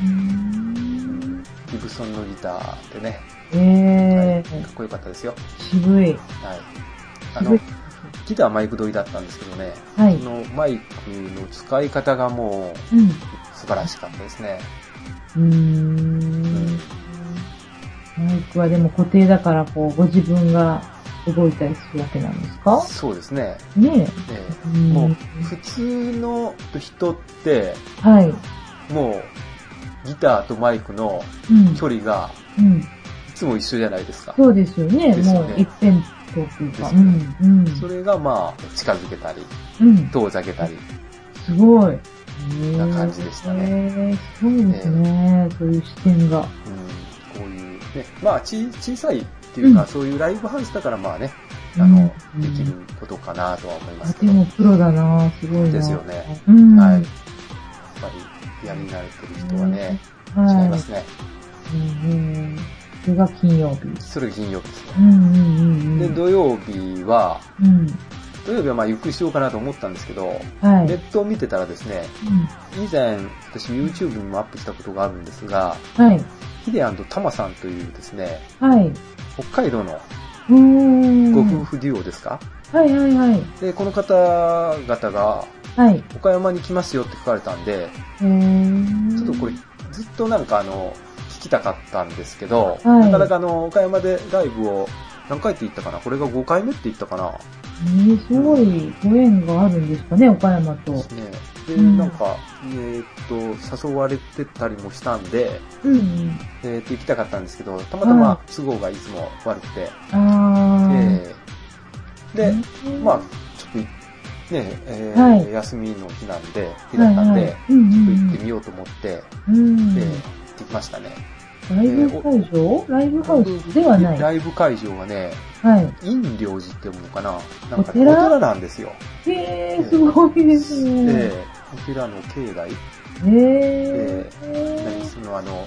B: ーん
A: ギブソンのギターでね、は
B: え
A: い
B: え
A: かっこよかったですよ。
B: 渋
A: は
B: い。
A: い。あ
B: 渋
A: の
B: い、。
A: ギターはマイク取りだったんですけどね、
B: はい
A: そ。のマイクの使い方がもう
B: うん。
A: 素晴らしかったですね。
B: うーん。マイクはでも固定だから、こう、ご自分が動いたりするわけなんですか
A: そうですね。
B: ね
A: ええ
B: え。ん
A: もう、普通の人って、
B: はい。
A: もう、ギターとマイクの
B: うん。
A: 距離が
B: うん。
A: いつも一緒じゃないですか。
B: そうですよね。
A: です
B: も
A: よね
B: う、一辺という
A: で
B: か。
A: す
B: う
A: よ
B: ん
A: ね。
B: うん。
A: それがまあ、近づけたり、
B: うん。
A: 遠ざけたり、
B: すごい。へー
A: な感じでしたね
B: へーそうですね。そういう視点が。
A: うん、こういう、ね、まあち、小さいっていうか、
B: うん
A: そういうライブハウスだからまあね、あの、
B: うん
A: できることかなとは思いま
B: あ、
A: すけ
B: で
A: ど、や
B: も
A: っ
B: プロだなすごいな
A: ですよね。
B: うん。
A: はいぱり、やり慣れてる人はね、
B: はい。
A: 違いますね。
B: うんうん。それが金曜日。
A: それが金曜日です
B: う
A: ね。
B: んうんうんうん。
A: で、土曜日は、
B: うん。
A: 土曜日はまあ、ゆっくりしようかなと思ったんですけど、
B: はい。
A: ネットを見てたらですね、以前、私 YouTube にもアップしたことがあるんですが、
B: うんはい。
A: ヒデタマさんというですね、
B: はい。
A: 北海道の
B: うーん。
A: ご夫婦デュオですか、
B: はいはいはい。
A: で、この方々が
B: はい。
A: 岡山に来ますよって書かれたんで、
B: へー
A: ちょっとこれずっとなんかあの、聞きたかったんですけど、
B: はい
A: なかなかあの、岡山でライブを何回って言ったかなこれが5回目って言ったかな
B: えー、すごいご縁があるんですかね、岡山と。
A: ねで、
B: うん
A: なんか、えーっと、誘われてたりもしたんで、
B: うんうん。
A: えーっと、行きたかったんですけど、たまたま都合がいつも悪くて、
B: あー。
A: えーで、
B: うん
A: まあ、ちょっと、ね、えー
B: はい
A: 休みの日なんで、日だったんで、
B: はいはいうんうんうん
A: ちょっと行ってみようと思って、
B: うん
A: で、行ってきましたね。
B: ライブ会場ライブハウスではない。
A: ライブ会場はね、
B: はい。
A: 陰涼寺って読むのかななんか
B: お
A: ね、
B: 寺
A: お寺なんですよ。
B: へー、すごいですね。
A: えーお寺の境内、
B: へ
A: 何
B: ー。
A: そのあの、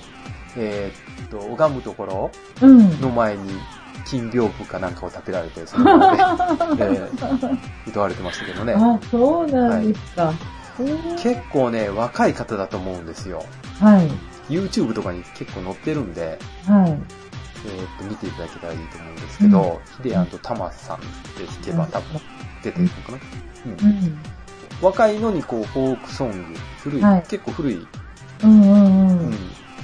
A: えーっと、拝むところ
B: うん。
A: の前に、金屏風かなんかを建てられて、その場で、
B: (laughs)
A: えー歌われてましたけどね。
B: あ、そうなんですか。へー
A: 結構ね、若い方だと思うんですよ。
B: はい。
A: YouTube とかに結構載ってるんで、
B: は
A: え
B: い。
A: ーっと、見ていただけたらいいと思うんですけど、ヒデタマさんって弾けば多分出てるのかな、うん
B: うん。
A: 若いのにこう、フォークソング、古い、
B: はい
A: 結構古い、
B: うんうん
A: う
B: うんん。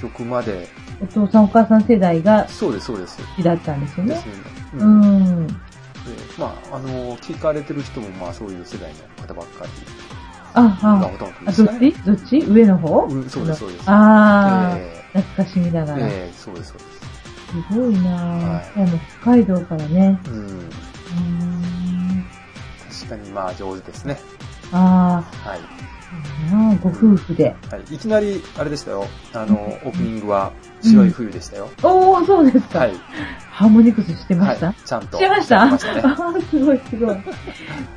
A: 曲まで、
B: お父さんお母さん世代が
A: そうです、そうです。
B: 好きだったんですよ
A: で
B: ね
A: す。よね。
B: う
A: うんで
B: ん。
A: まあ、あの、聞かれてる人も、まあ、そういう世代の方ばっかり
B: あ、
A: が
B: は
A: ほとんどで
B: あ。あ、ど
A: す
B: っち
A: ね。
B: どっち上の方
A: うんそうですそうです
B: あー。
A: え
B: 懐かしみな
A: え
B: がら。す
A: ええそうです、そうです。
B: ごいなぁ。でも北海道からね。
A: うん。
B: うーん。
A: 確かに、まあ、上手ですね。
B: あー
A: はい。
B: そうだなぁ、ご夫婦で。
A: はい。いきなり、あれでしたよ。あの、オープニングは、白い冬でしたよ。
B: おー、そうですか。
A: はい。
B: ハーモニクスしてま
A: は
B: した、
A: い。ちゃんと。
B: してました
A: ましたね。
B: ああ、すごいすごい。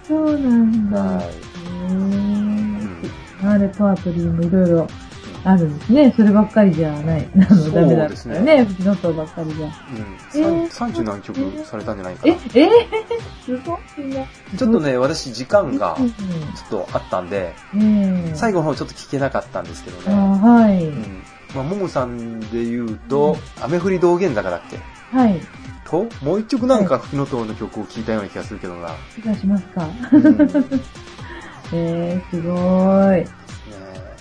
B: そうなんだ。
A: は
B: へ
A: い。うん
B: ー。あれ、パートリーもいろいろあるんですね。そればっかりじゃない。あ
A: そ
B: の、
A: う
B: ダメだっ
A: です
B: た
A: ね
B: よね。フジノットばっかりじゃ。
A: うん。三十何曲されたんじゃないか
B: え、
A: な
B: え。ー、すごいな。
A: ちょっとね、私時間が
B: う
A: ちょっとあったんで、
B: ん、ええ
A: 最後の方ちょっと聞けなかったんですけど
B: あ
A: ね。
B: はい、
A: うん。まあ、ももさんで言うと、雨降り道玄坂だっけ
B: はい。
A: と、もう一曲なんか吹きの塔の曲を聞いたような気がするけど
B: (laughs)
A: な。
B: 気がしますか。
A: うんね
B: ええすごい。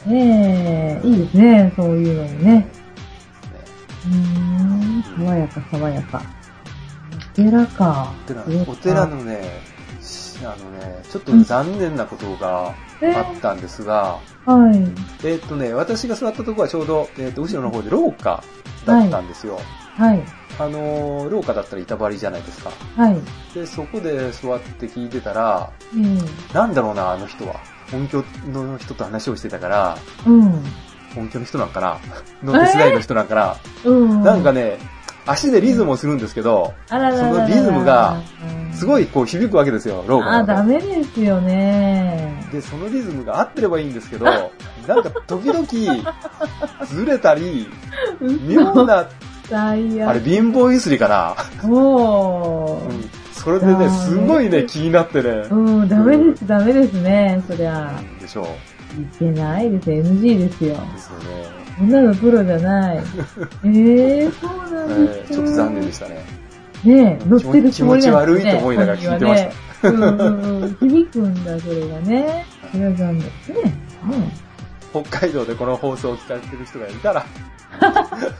A: え
B: ええいいですね。そういうのもね。
A: ね
B: うーん、爽やか、爽やか。お寺か。
A: お寺
B: そう、か
A: お寺のね、しあのね、ちょっと残念なことが、
B: え
A: あったんですが、
B: はい。
A: えっとね、私が座ったとこはちょうど、えっと、後ろの方で廊下だったんですよ。
B: はい。
A: あのー廊下だったら板張りじゃないですか。
B: はい。
A: で、そこで座って聞いてたら、
B: えー、
A: なんだろうな、あの人は。音響の人と話をしてたから、
B: うん。
A: 音響の人なんか
B: (laughs)
A: なの手伝いの人なんかな、
B: うん。
A: なんかね、足でリズムをするんですけど、
B: あららららら、
A: そのリズムがすご
B: い。
A: いこう響くわけですよ、廊
B: あ、
A: 下
B: ダ
A: が。
B: メですよね。
A: で、そのリズムが合ってればいいんです
B: (laughs)
A: けど、なんか時々、ずれたり、妙な、
B: 最悪。
A: あれ貧乏ゆすりかな、
B: も
A: うんそれでね、すごいね、気になってね
B: う、、うん、ダメです、ダメですね、そりゃ。
A: でしょう。
B: いけないです、NG ですよ。
A: ですよね。
B: そんなのプロじゃ
A: (laughs)
B: ない。ええそう
A: え
B: なんです
A: ー
B: か。
A: ちょっと残念でしたね。
B: た。ねえ、乗ってる
A: 気持ち
B: なんで
A: 悪
B: す
A: い
B: ね
A: と思いながら聞いてました。。
B: 本人はねうんうんうん、響くんだ、それがね。それは残念ですね。ね
A: 北海道でこの放送を聞かれてる人がいたら、 (laughs)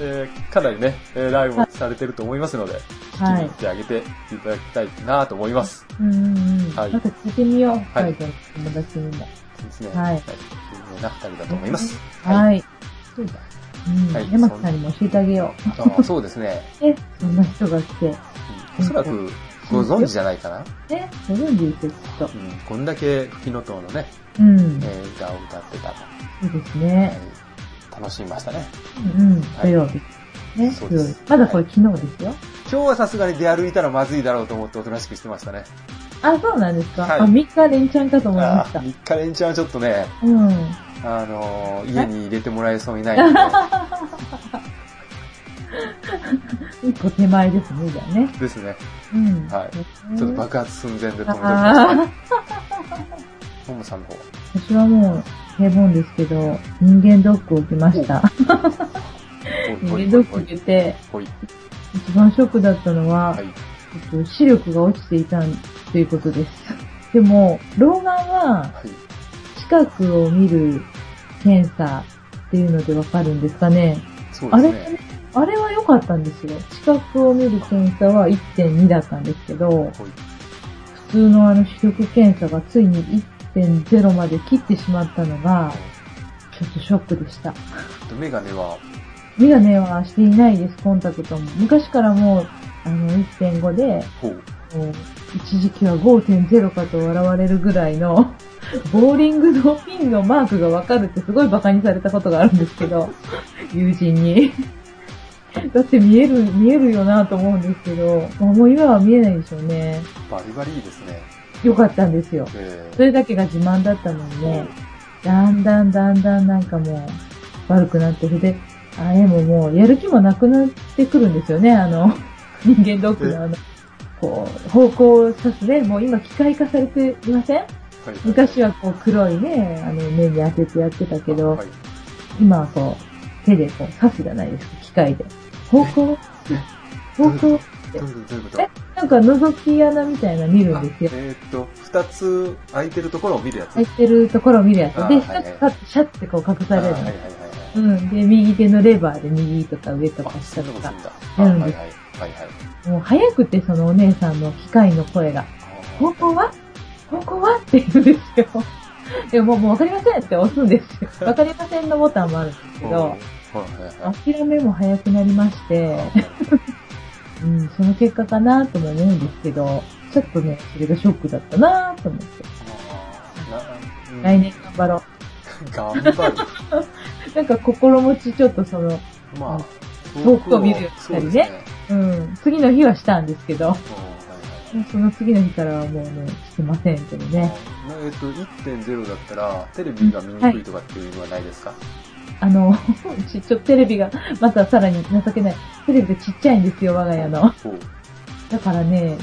A: えーかなりね、えーライブもされてると思いますので、
B: えは
A: 聞きに
B: い
A: 行っ。てあげていただきたいなと思います。
B: うんうんうん。
A: はい
B: また聞いてみよう。
A: は
B: はいい。友達にも。
A: そうですね。
B: はい
A: 有名な二人だと思います。い。
B: はい。そうだ。う
A: は
B: ん。
A: い
B: 山木さんにも教えてあげよ
A: あーそうですね。
B: う。ね、そんな人が来て。
A: うんおそらくご存知じゃないかな。
B: ね、ご存知ですよ、きっと
A: う。ん、こんだけフキノトウのね、
B: うん。
A: え
B: そ
A: ー歌を歌ってたと。
B: うです
A: は
B: ね。
A: い楽しみましたね。
B: うんうん。
A: はい
B: 土曜日。ね、
A: そう
B: 土
A: で
B: 曜
A: す
B: 日。まだこれ昨日ですよ。
A: 今日はさすがに出歩いたらまずいだろうと思っておとなしくしてましたね。
B: あ、そうなんです
A: はい
B: か。あ、3日連チャンかと思いま
A: あ
B: した
A: ー。三日連チャンはちょっとね、
B: うん。
A: あのー家に入れてもらえそうにないので、
B: 一個手前ですね、じゃ
A: (laughs)
B: あね。
A: ですね。
B: うん。。
A: はいちょっと爆発寸前で止めておきました。
B: ああ、
A: ももさんの方。
B: 私はもう平凡ですけど、人間ドックを受けました。人
A: ほいほい
B: 間ドック
A: ほい
B: 受けて、
A: ほい。
B: 一番ショックだったのは、
A: はい。
B: えっと視力が落ちていたということです。でも、老眼は
A: はい。
B: 近くを見る検査っていうのでわかるんですかね。
A: そうで
B: あ
A: す
B: れ
A: ね。
B: あれは良かったんですよ。近くを見る検査は1.2だったんですけど、
A: ほい。
B: 普通のあの視力検査がついに1.0まで切ってしまったのが、ちょっとショックでした。
A: メガネは、
B: メガネはしていないです、コンタクトも。昔からもう、あの、1.5で、
A: ほう。
B: もう一時期は5.0かと笑われるぐらいの、ボーリングのピンのマークがわかるってすごい馬鹿にされたことがあるんですけど、友人に。だって見える、見えるよなと思うんですけど、もう今は見えないでしょうね。
A: バリバリいいですね。
B: よかったんですよ。
A: え
B: それだけが自慢だったのに
A: ー
B: ね、だんだんだんだんなんかもう悪くなってるで、あれももうやる気もなくなってくるんですよね、あの、 (laughs) 人間ドックのあの、こう、方向を指すね、もう今機械化されていません
A: はい
B: 昔はこう黒いね、あの目に当ててやってたけど
A: はい、
B: 今はこう手でこう指すじゃないですか、機械で。方向方
A: どう
B: 向
A: いうことどういうこと
B: えなんか覗き穴みたいなの見る
A: あ
B: んです
A: え
B: よ。
A: ーっと、二つ空いてるところを見るやつ。
B: 入ってるところを見るやつ
A: あ
B: で、
A: ー
B: シ
A: はいはい
B: ャッシャッてこう隠
A: あ
B: さ
A: ー
B: れ
A: はい
B: る
A: はいは
B: の
A: いはい。
B: うん。で、右手のレバーで右とか上とか
A: あ、そ
B: 下
A: んな
B: と
A: ことす
B: か
A: る。んだ。あは
B: う
A: いはい。
B: ん
A: はいはい。
B: もう早くて、そのお姉さんの機械の声が、
A: あ
B: 方向は方向はって言うんですよ。 (laughs) でも、もうわかりませんって押すんですよ。わかりませんのボタンもあるんですけ
A: ー
B: ど、
A: はいはいはい。
B: 諦めも早くなりまして、 (laughs) うん、その結果かなとも思うんですけど、ちょっとね、それがショックだったなと思って、
A: あーな
B: 来年頑張ろ
A: 頑張る。
B: う。なんか心持ちちょっとその、
A: まあ、
B: 遠くを見るよ
A: そうう
B: に
A: で
B: ね
A: すね。
B: うん、次の日はしたんですけど、
A: うんはい
B: もうその次の日からはもうね、してませんけど
A: はい
B: ね。
A: なえっと、1.0だったら、テレビが見にくいとかっていうのはないですか、
B: あの、 (laughs) うちちょっとテレビが、またさらに情けない。テレビがちっちゃいんですよ、我が家の。
A: ほう
B: だからね、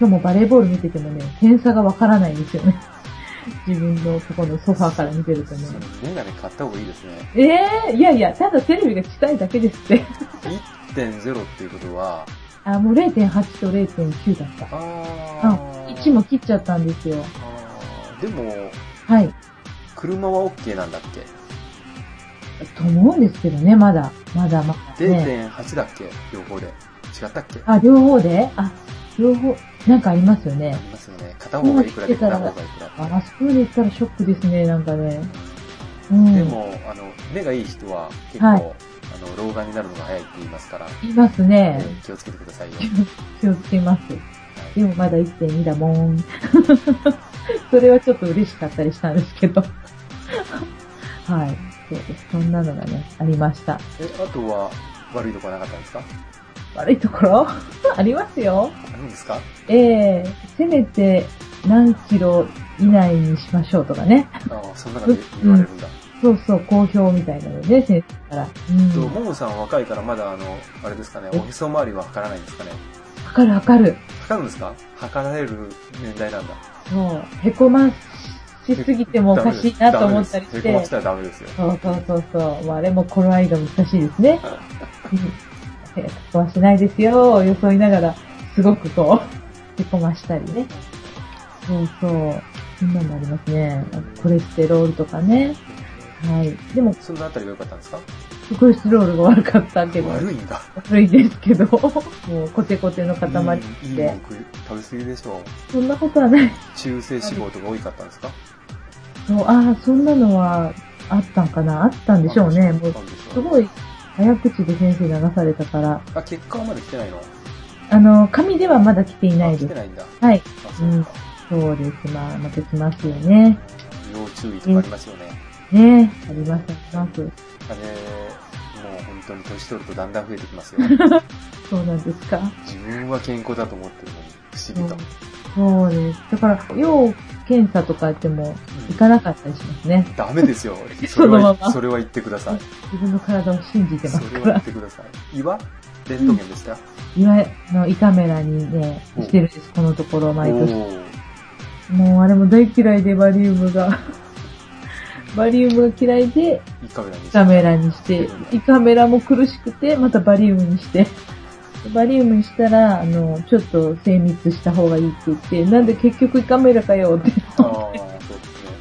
B: 今日もバレーボール見ててもね、点差がわからないんですよね。 (laughs) 自分のとこのソファーから見てるとね
A: そ。れメガネ買った方がいいですね。
B: ええいやいや、ただテレビが近いだけですって。
A: 1.0っていうことは、
B: あ、もう0.8と0.9だった。
A: あー
B: 1も切っちゃったんですよ。
A: あーでも、
B: はい。
A: 車は OK なんだっけ
B: と思うんですけどね、まだ。まだまだ、ね。
A: ?0.8 だっけ両方で。違ったっけ
B: あ、両方であ、両方、なんかありますよね。
A: ますよね。片方がいくらで片方がいくら。
B: あそこまで言ったらショックですね、なんかね。うん。
A: でも、あの、目がいい人は結構、
B: はい
A: あの、老眼になるのが早いって言いますから、
B: いますね。
A: えー気をつけてくださ
B: (laughs)
A: いよ。
B: 気をつけます。でもまだ1.2だもん。 (laughs) それはちょっと嬉しかったりしたんですけど。 (laughs) はい。そうです。そんなのがね、ありました。
A: え、あとは、悪いとこはなかったんですか
B: 悪いところ (laughs) ありますよ。
A: あるんですか
B: ええせめて何キロ以内にしましょうとかね。
A: ああ、そんな中で言われるんだ。
B: そうそう、好評みたいなので、先生から。うん。
A: と、ももさんは若いからまだあの、あれですかね、おへそ周りは測らないんですかね。
B: 測る測る。
A: 測るんですか測られる年代なんだ。
B: そう。へこましすぎてもおかしいなと思ったりし
A: ダメですへこま
B: て
A: し。たらダメですよ。
B: そうそうそうそう。まあ、あれも頃合いが難しいですね。 (laughs) うんへこましないですよ、を装いながら、すごくこう、へこましたりね。そうそう。そんなのありますね。あとコレステロールとかね。はい。でも、
A: そんなあたりが良かったんですか
B: コレステロールが悪かったけど、
A: 悪いんだ。
B: 悪いですけど、 (laughs) もうコテコテの塊
A: う
B: っ
A: んいいもん
B: て、
A: 食い食べ過ぎでしょう。
B: そんなことはない。
A: 中性脂肪とか多かったんですか
B: そう、ああ、そんなのはあったんかなあったんでしょうね。もう、すご
A: い。
B: い早口で先生流されたから、
A: あ、結果はまだ来てないの
B: あの、紙ではまだ来ていない
A: あ来
B: で
A: て
B: す。
A: ないんだ。
B: はい。
A: あ、そうか。
B: そうです。まあ、また来ますよね。
A: 要注意とかありますよね。
B: ねあります、あります。
A: あれ、もう本当に年取るとだんだん増えてきます
B: (laughs)
A: よ。
B: そうなんですか。
A: 自分は健康だと思ってるのに、不思議と。
B: そうです。だから、要検査とかやっても、行かなかったりしますね。
A: ダメですよ。そ
B: (laughs) そ
A: れ
B: のま
A: は
B: ま、
A: それは言ってください。
B: 自分の体を信じてま
A: そ
B: す
A: れ
B: か
A: は言っ
B: ら。
A: てください。胃はレントゲンでした
B: いわゆる、あの、胃カメラにね、
A: うん
B: してるんです、このところ、
A: お
B: 毎年。
A: ー
B: もう、あれも大嫌いで、バリウム
A: (laughs)
B: が。バリウムが嫌いで、
A: 胃カメラに
B: 胃カメラにして、胃カメラも苦しくて、またバリウムにして。バリウムにしたら、あの、ちょっと精密した方がいいって言って、なんで結局胃カメラかよって。
A: ああ、そうですね。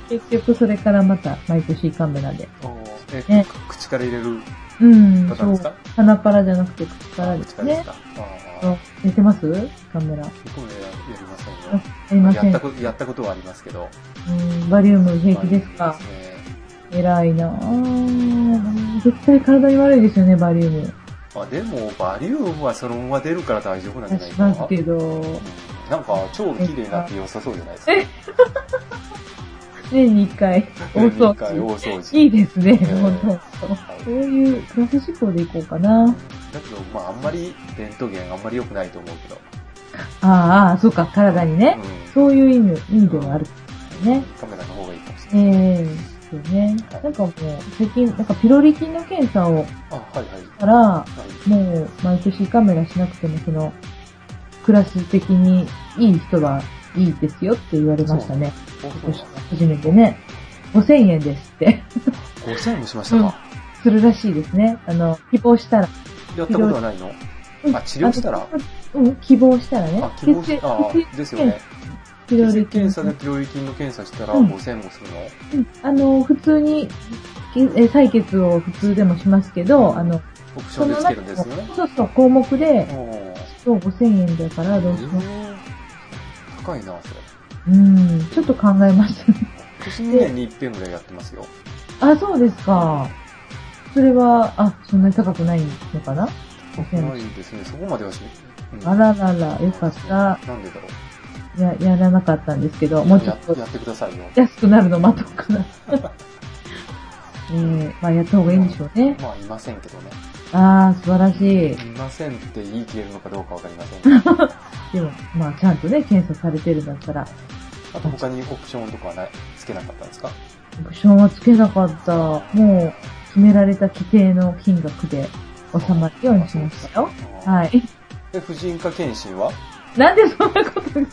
B: 結局それからまた毎年胃カメラで。
A: あーえ
B: ね
A: 口から入れる
B: うん、
A: パターンですか
B: 鼻からじゃなくて口からで
A: 口
B: す
A: からです
B: ね。
A: かあ
B: そ
A: あ
B: う寝てます胃カメラ。あ
A: 僕もやりませんよ。
B: りませ
A: や
B: ん
A: った。こと、やったことはありますけど。
B: うん、バリウム平気です
A: まあ
B: か
A: いいね
B: 偉いなぁ。絶対体に悪いですよね、バリウム。
A: あ、でも、バリウムはそのまま出るから大丈夫なんじゃ
B: 出
A: ない
B: し
A: かな
B: ます。けど、
A: うんなんか、超綺麗になって良さそうじゃないですか。
B: え年に一回、大掃
A: 一回
B: 除。
A: 大掃除。
B: いいですね、
A: ええ
B: 本当そういうクラス志向でいこうかな。
A: だけど、まあ、あんまり、レントゲンあんまり良くないと思うけど。
B: ああ、そうか、体にね。
A: うん。
B: そういう意味、意味ではある。ね。
A: カメラの方がいいかもしれ
B: え
A: ない。
B: えですよね。なんかもう、最近、なんかピロリ菌の検査をし
A: あ、はいはい。
B: たら、
A: はい
B: もう毎年カメラしなくても、その、クラス的にいい人はいいですよって言われましたね。
A: おそう
B: 今年初めてね。5000円ですって、 (laughs)
A: 5000円もしましたか、
B: するらしいですね。あの、希望したら。
A: やったことはないの
B: うん
A: あ治療したら
B: うん、希望したらね。
A: あ、希望し
B: 血液
A: あ
B: 血液、
A: ですよね。
B: ピ
A: 血
B: ロ
A: 液
B: リ菌
A: 検査でピロリ菌の検査したら
B: うん
A: 5000円もするの、
B: うんあの、普通に、え採血を普通でもしますけど、あの、
A: オプションでつけるんですよね。
B: そうそう、項目で、
A: おー
B: そう5000円だからどうしよ
A: えー高いな、それ。
B: う。うん、ちょっと考えましたね。 (laughs)
A: 私2年に一遍ぐらいやってますよ。
B: あ、そうですか。それは、あ、そんなに高くないのかな
A: 高いですね。そこまではし、うん
B: あららら、よかった。。
A: なんでだろ
B: や、やらなかったんですけど、
A: う。
B: もうちょっと
A: ややってくださいよ。
B: 安くなるの待とうかな。えー、まあやった方がいいんでしょうね。
A: まあ、いませんけどね。
B: ああ、素晴らしい。
A: いませんって言い切れるのかどうかわかりません
B: (laughs)
A: けど。
B: でも、まあちゃんとね、検査されてるんだったら、
A: あと他にオプションとかはない、つけなかったんですか
B: オプションはつけなかった。もう、決められた規定の金額で収まるようにしましたよ。
A: い。
B: はい。
A: で、婦人科検診は
B: なんでそんなこと聞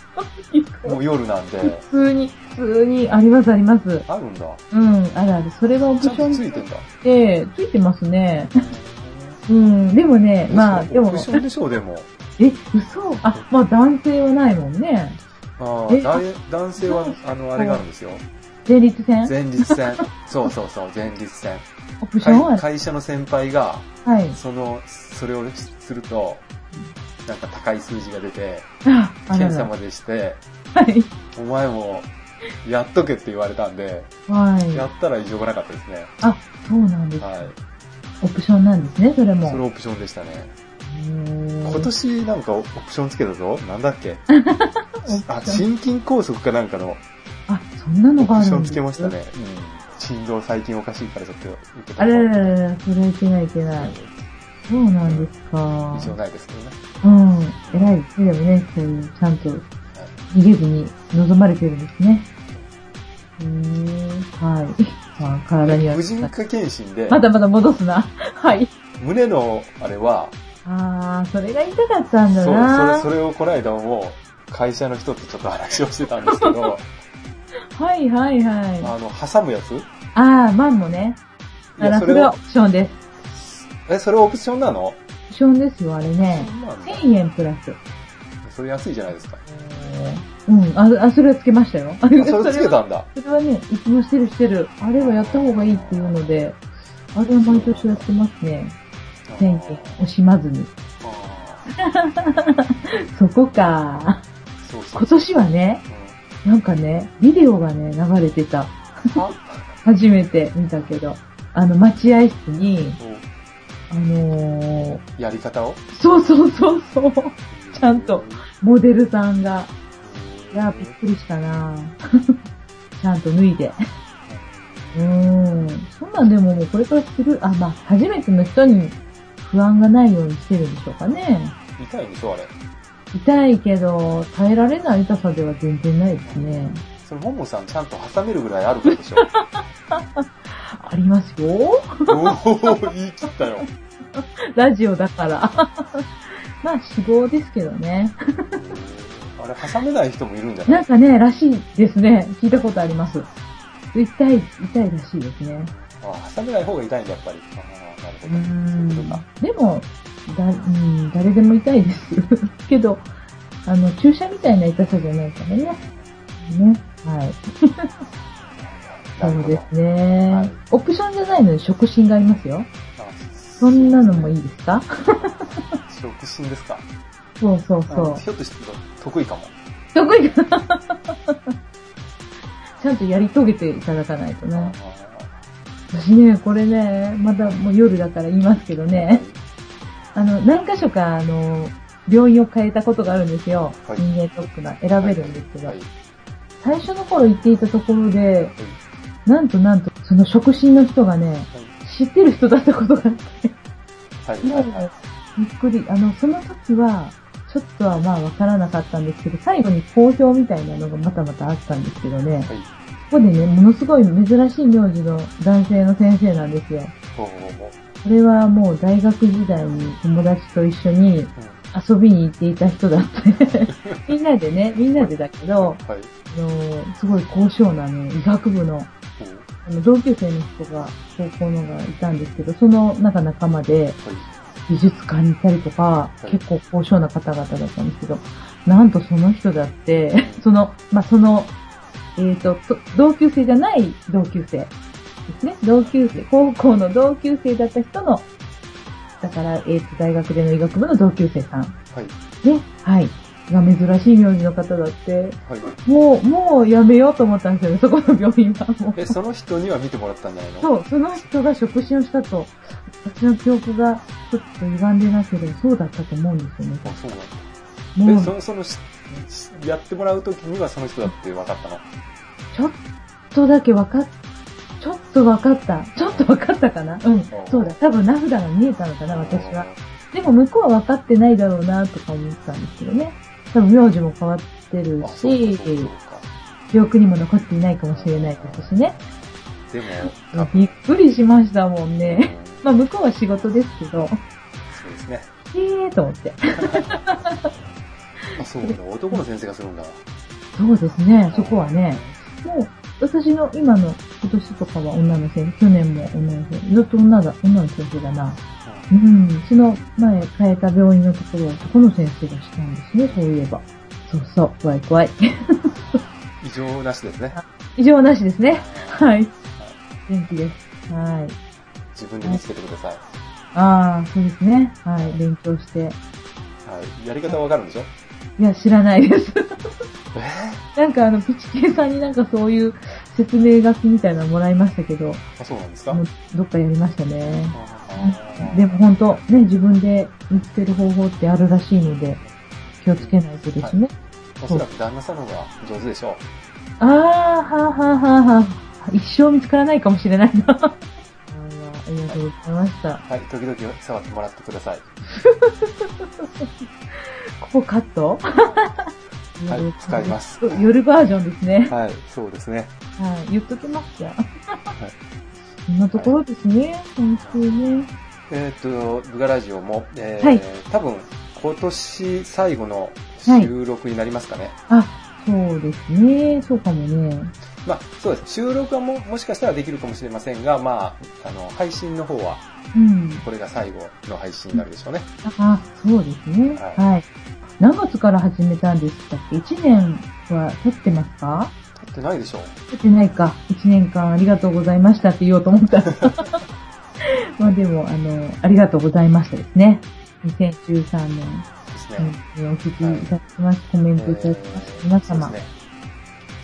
B: く
A: も
B: の
A: う夜なんで、
B: 普通に、普通に、ありますあります。
A: あるんだ。
B: うん、あるある。それはオプ
A: ち
B: シ
A: ゃんと
B: ョ
A: つ
B: ン
A: いてんだ。
B: で、ついてますね。うん、でもね、まあ、で
A: オ
B: も
A: プ、ションでしょう、でも。
B: え、嘘あ、まあ男性はないもんね。
A: あ
B: え
A: あ、だい男性は
B: そう、
A: あの、あれがあるんですよ。
B: 前立腺
A: 前立腺。そうそうそう、前立
B: (laughs)
A: 腺。
B: オプションは
A: 会会社の先輩が、
B: はい。
A: その、それをすると、なんか高い数字が出て、
B: あ、あら
A: 検査
B: ら。は
A: までして、
B: い。
A: お前も、やっとけって言われたんで、や
B: はい。
A: ったら異常がなかったですね。
B: あ、そうなんです。
A: はい。
B: オプションなんですね、それも。
A: そのオプションでしたね。今
B: 今
A: 年なんかオプションつけたぞ。なんだっ
B: (laughs)
A: けあ、
B: し
A: 心筋梗塞かなんかの
B: あ、そんなの
A: オ
B: があ
A: プ
B: る
A: ショ
B: ん
A: ン
B: です
A: つけましたね。うん。心臓最近おかしいからちょっと受けた
B: あららららら、それはいけないいけない。そうなんですか
A: 異。常ないですけどね。
B: うん。偉いですね、でもね、そういう、ちゃんと逃げずに望まれてるんですね。うーん、はい。 (laughs) まあ、体には
A: 無。人科検診で、
B: まだまだ戻すな。はい。
A: 胸のあれは、
B: あー、それが痛かったん
A: そう、
B: だ
A: そ
B: な。
A: れ、それをこの間も、会社の人とちょっと話をしてたんです
B: (laughs)
A: けど、
B: はいはいは
A: あの、挟むやつ
B: い。あー、マンもね。
A: い
B: あ
A: や、
B: ら、
A: そ
B: それ
A: れ
B: は
A: を
B: オ、プションです。
A: え、それオプションなの
B: オプションですよ、あれ
A: そ
B: ね。
A: うなんだ
B: 1000円プラス。
A: それ安いじゃない
B: (laughs)
A: ですか。
B: うん、あ、あそれはつけましたよ。あ
A: あそれつけたんだ。
B: それはね、いつもしてるしてる。あれはやった方がいいっていうので、あれは毎年やってますね。千円惜しまずに。
A: あ
B: そこか。
A: ーそうそう。
B: 今年はね、なんかね、ビデオがね、流れてた。
A: うんあ
B: 初めて見たけど。あの、待合室に、
A: こ
B: あのー、
A: うやり方を
B: そうそうそうそう、ちゃんとモデルさんが。
A: うん。
B: いや、びっくりしたな (laughs) ちゃんと脱いで。うーん。そんなんでももうこれからする、あ、まあ、初めての人に不安がないようにしてるんでしょうかね。
A: 痛いんでしょあれ。
B: 痛いけど、耐えられない痛さでは全然ないですね。
A: それ、ももさんちゃんと挟めるぐらいあるからでしょ
B: ありますよ。
A: おー、言い切ったよ。
B: ラジオだから。 (laughs) まあ、死亡ですけどね。
A: あれ、挟めない人もいるんじゃな
B: ないんかね、らしいですね。聞いたことあります。痛い、痛いらしいですね。
A: あ挟めない方が痛いんだ、やっぱり。あーなるほど。そういう
B: うー
A: こと
B: ん
A: か。
B: でも、だ、うん、誰でも痛いです。けど、あの、注射みたいな痛さじゃないからね。ね。はい。
A: なる
B: そう
A: ほど
B: で。すね、
A: はい
B: オプションじゃないのに触診がありますよ。
A: あ
B: そんなのもいいですか
A: 触診ですか
B: そうそうそう
A: あ。ひょっとして得意かも。
B: 得意かちゃんとやり遂げていただかないとね。私ね、これね、まだもう夜だから言いますけどね。あの、何箇所か、あの、病院を変えたことがあるんですよ。
A: はい
B: 人間ドックが選べるんですけど、
A: はい。
B: 最初の頃行っていたところで、なんとなんと、その触診の人がね、知ってる人だったことがあって、
A: はい。はい。はい。はい。
B: びっくり。あの、その時は、ちょっとはまあわからなかったんですけど、最後に好評みたいなのがまたまたあったんですけどね、
A: はい
B: ここでね、ものすごい珍しい名字の男性の先生なんですよ。
A: ほうほうほう。
B: これはもう大学時代に友達と一緒に遊びに行っていた人
A: (laughs)
B: だって。みんなでね、みんなでだけど、
A: うんはい。
B: あの、すごい高尚なね、医学部の、
A: ほう
B: あの、同級生の人が、高校のがいたんですけど、その、なんか仲間で、
A: はい。
B: 美術館に行ったりとか、
A: はい
B: 結構高尚な方々だったんですけど、なんとその人だって、 (laughs) その、まあ、その、えっ、とと、同級生じゃない同級生ですね。同級生、高校の同級生だった人の、だから、えっ、と、大学での医学部の同級生さん。
A: はい。
B: ね。はい。が珍しい名字の方だって、
A: はい。
B: もう、もうやめようと思ったんですよね、そこの病院はもう。
A: え、その人には見てもらったんじゃないの
B: そう、その人が触診をしたと、私の記憶がちょっと歪んでなければそうだったと思うんですよね。
A: あ、そうなんだ。
B: も
A: え、
B: う、
A: そ
B: ち
A: の、その、ししやってもらうときにはその人だって分かったの
B: ょっとだけ分かっ、ちょっと分かった。ちょっと分かったかなうん。そうだ。多分名札が見えたのかな、私は。。でも向こうは分かってないだろうな、とか思ってたんですけどね。多分名字も変わってる
A: あ、そう
B: し
A: か、そうかそうか。
B: 記憶にも残っていないかもしれないですしね。
A: でも、多分
B: びっくりしましたもん
A: うん
B: ね。まあ向こうは仕事ですけ
A: そう
B: ど、
A: ですね。
B: えーと思って。
A: あ、そうだ。男の先生がするんだ。
B: そうですね、そこはね。もう、私の今の今年とかは女の先生、去年も女の先生、ずっと女だ、女の先生だな。うん、その前変えた病院のところはそこの先生がしたんですね、そういえば。そうそう、怖い怖い。 (laughs)
A: 異常なしですね。
B: 異常なしですね。はい。元気です。はい。
A: 自分で見つけてください。
B: ああ、そうですね。はい。勉強して、
A: はやり方わかるんでしょ
B: いや、知らないです。 (laughs)
A: え
B: なんかあの、ピチケイさんになんかそういう説明書きみたいなのもらいましたけど、
A: あ、そうなんですか
B: あのどっかやりましたね。
A: あー
B: でも本当、ね、自分で見つける方法ってあるらしいので、気をつけないとですね。
A: おそらく旦那さんの方が上手でしょう。
B: あー、はあはあはあはあ。一生見つからないかもしれないな。あーありがとうございました。
A: はい、時々触ってもらってください。
B: ここカット
A: はい使います
B: (laughs) 夜バージョンですね。
A: はい、そうですね。
B: はい、言っときますじゃあ。そんなところですね、今週ね。
A: えっ、と、ルガラジオも、えー
B: はい
A: 多分今年最後の収録になりますかね。
B: あ、そうですね、そうかもね。
A: まあ、そうです。収録はももしかしたらできるかもしれませんが、まあ、あの、配信の方は、
B: うん。
A: これが最後の配信になるでしょうね。
B: あ、そうですね。
A: はい
B: はい。何月から始めたんでしたっけ ?1 年は経ってますか
A: 撮ってないでしょう。
B: 経ってないか。1年間ありがとうございましたって言おうと思った。
A: (laughs)
B: まあでも、あの、ありがとうございましたですね。2013年
A: ですね。
B: にお聞きいただきました、コメントいただきました、皆様。
A: そうですね。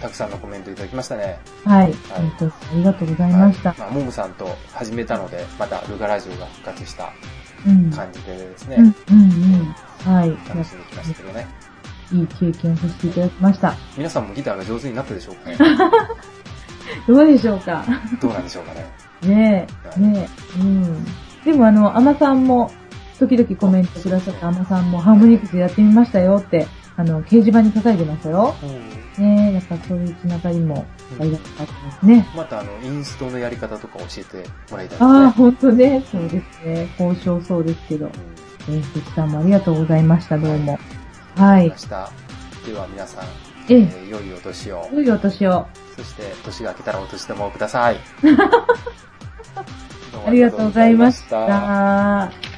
A: たくさんのコメントいただきましたね。
B: はい。本当にありがとうございました。
A: はいまあ、モムさんと始めたので、またルガラジオが復活した
B: うん。
A: 感じでですね、
B: うん、うん、うん。はい。
A: 楽しんできましたけどね。
B: いい経験をさせていただきました。
A: 皆さんもギターが上手になったでしょうかね
B: どうでしょうか
A: どうなんでしょうかね。
B: ねえ、 (laughs) ねえ、うん。でもあの、アマさんも、時々コメントくださったアマさんも、ハーモニクスやってみましたよって、あの、掲示板に書かれてましたよ。ねえ、やっぱそういうつながりも、ありがたかったですね。
A: またあの、インストのやり方とか教えてもらいたいですね。
B: ああ、ほんとね、そうですね。交渉そうですけど。
A: うん
B: えー、藤さんもありがとうございました、どうも。はい
A: ま。した。では皆さん、
B: え
A: え
B: え、
A: ー良いお年を、
B: どういうお年を。
A: そして年が明けたらお年 (laughs) 玉をください。どうも
B: ありがとうございまし
A: ありがとうございました
B: た。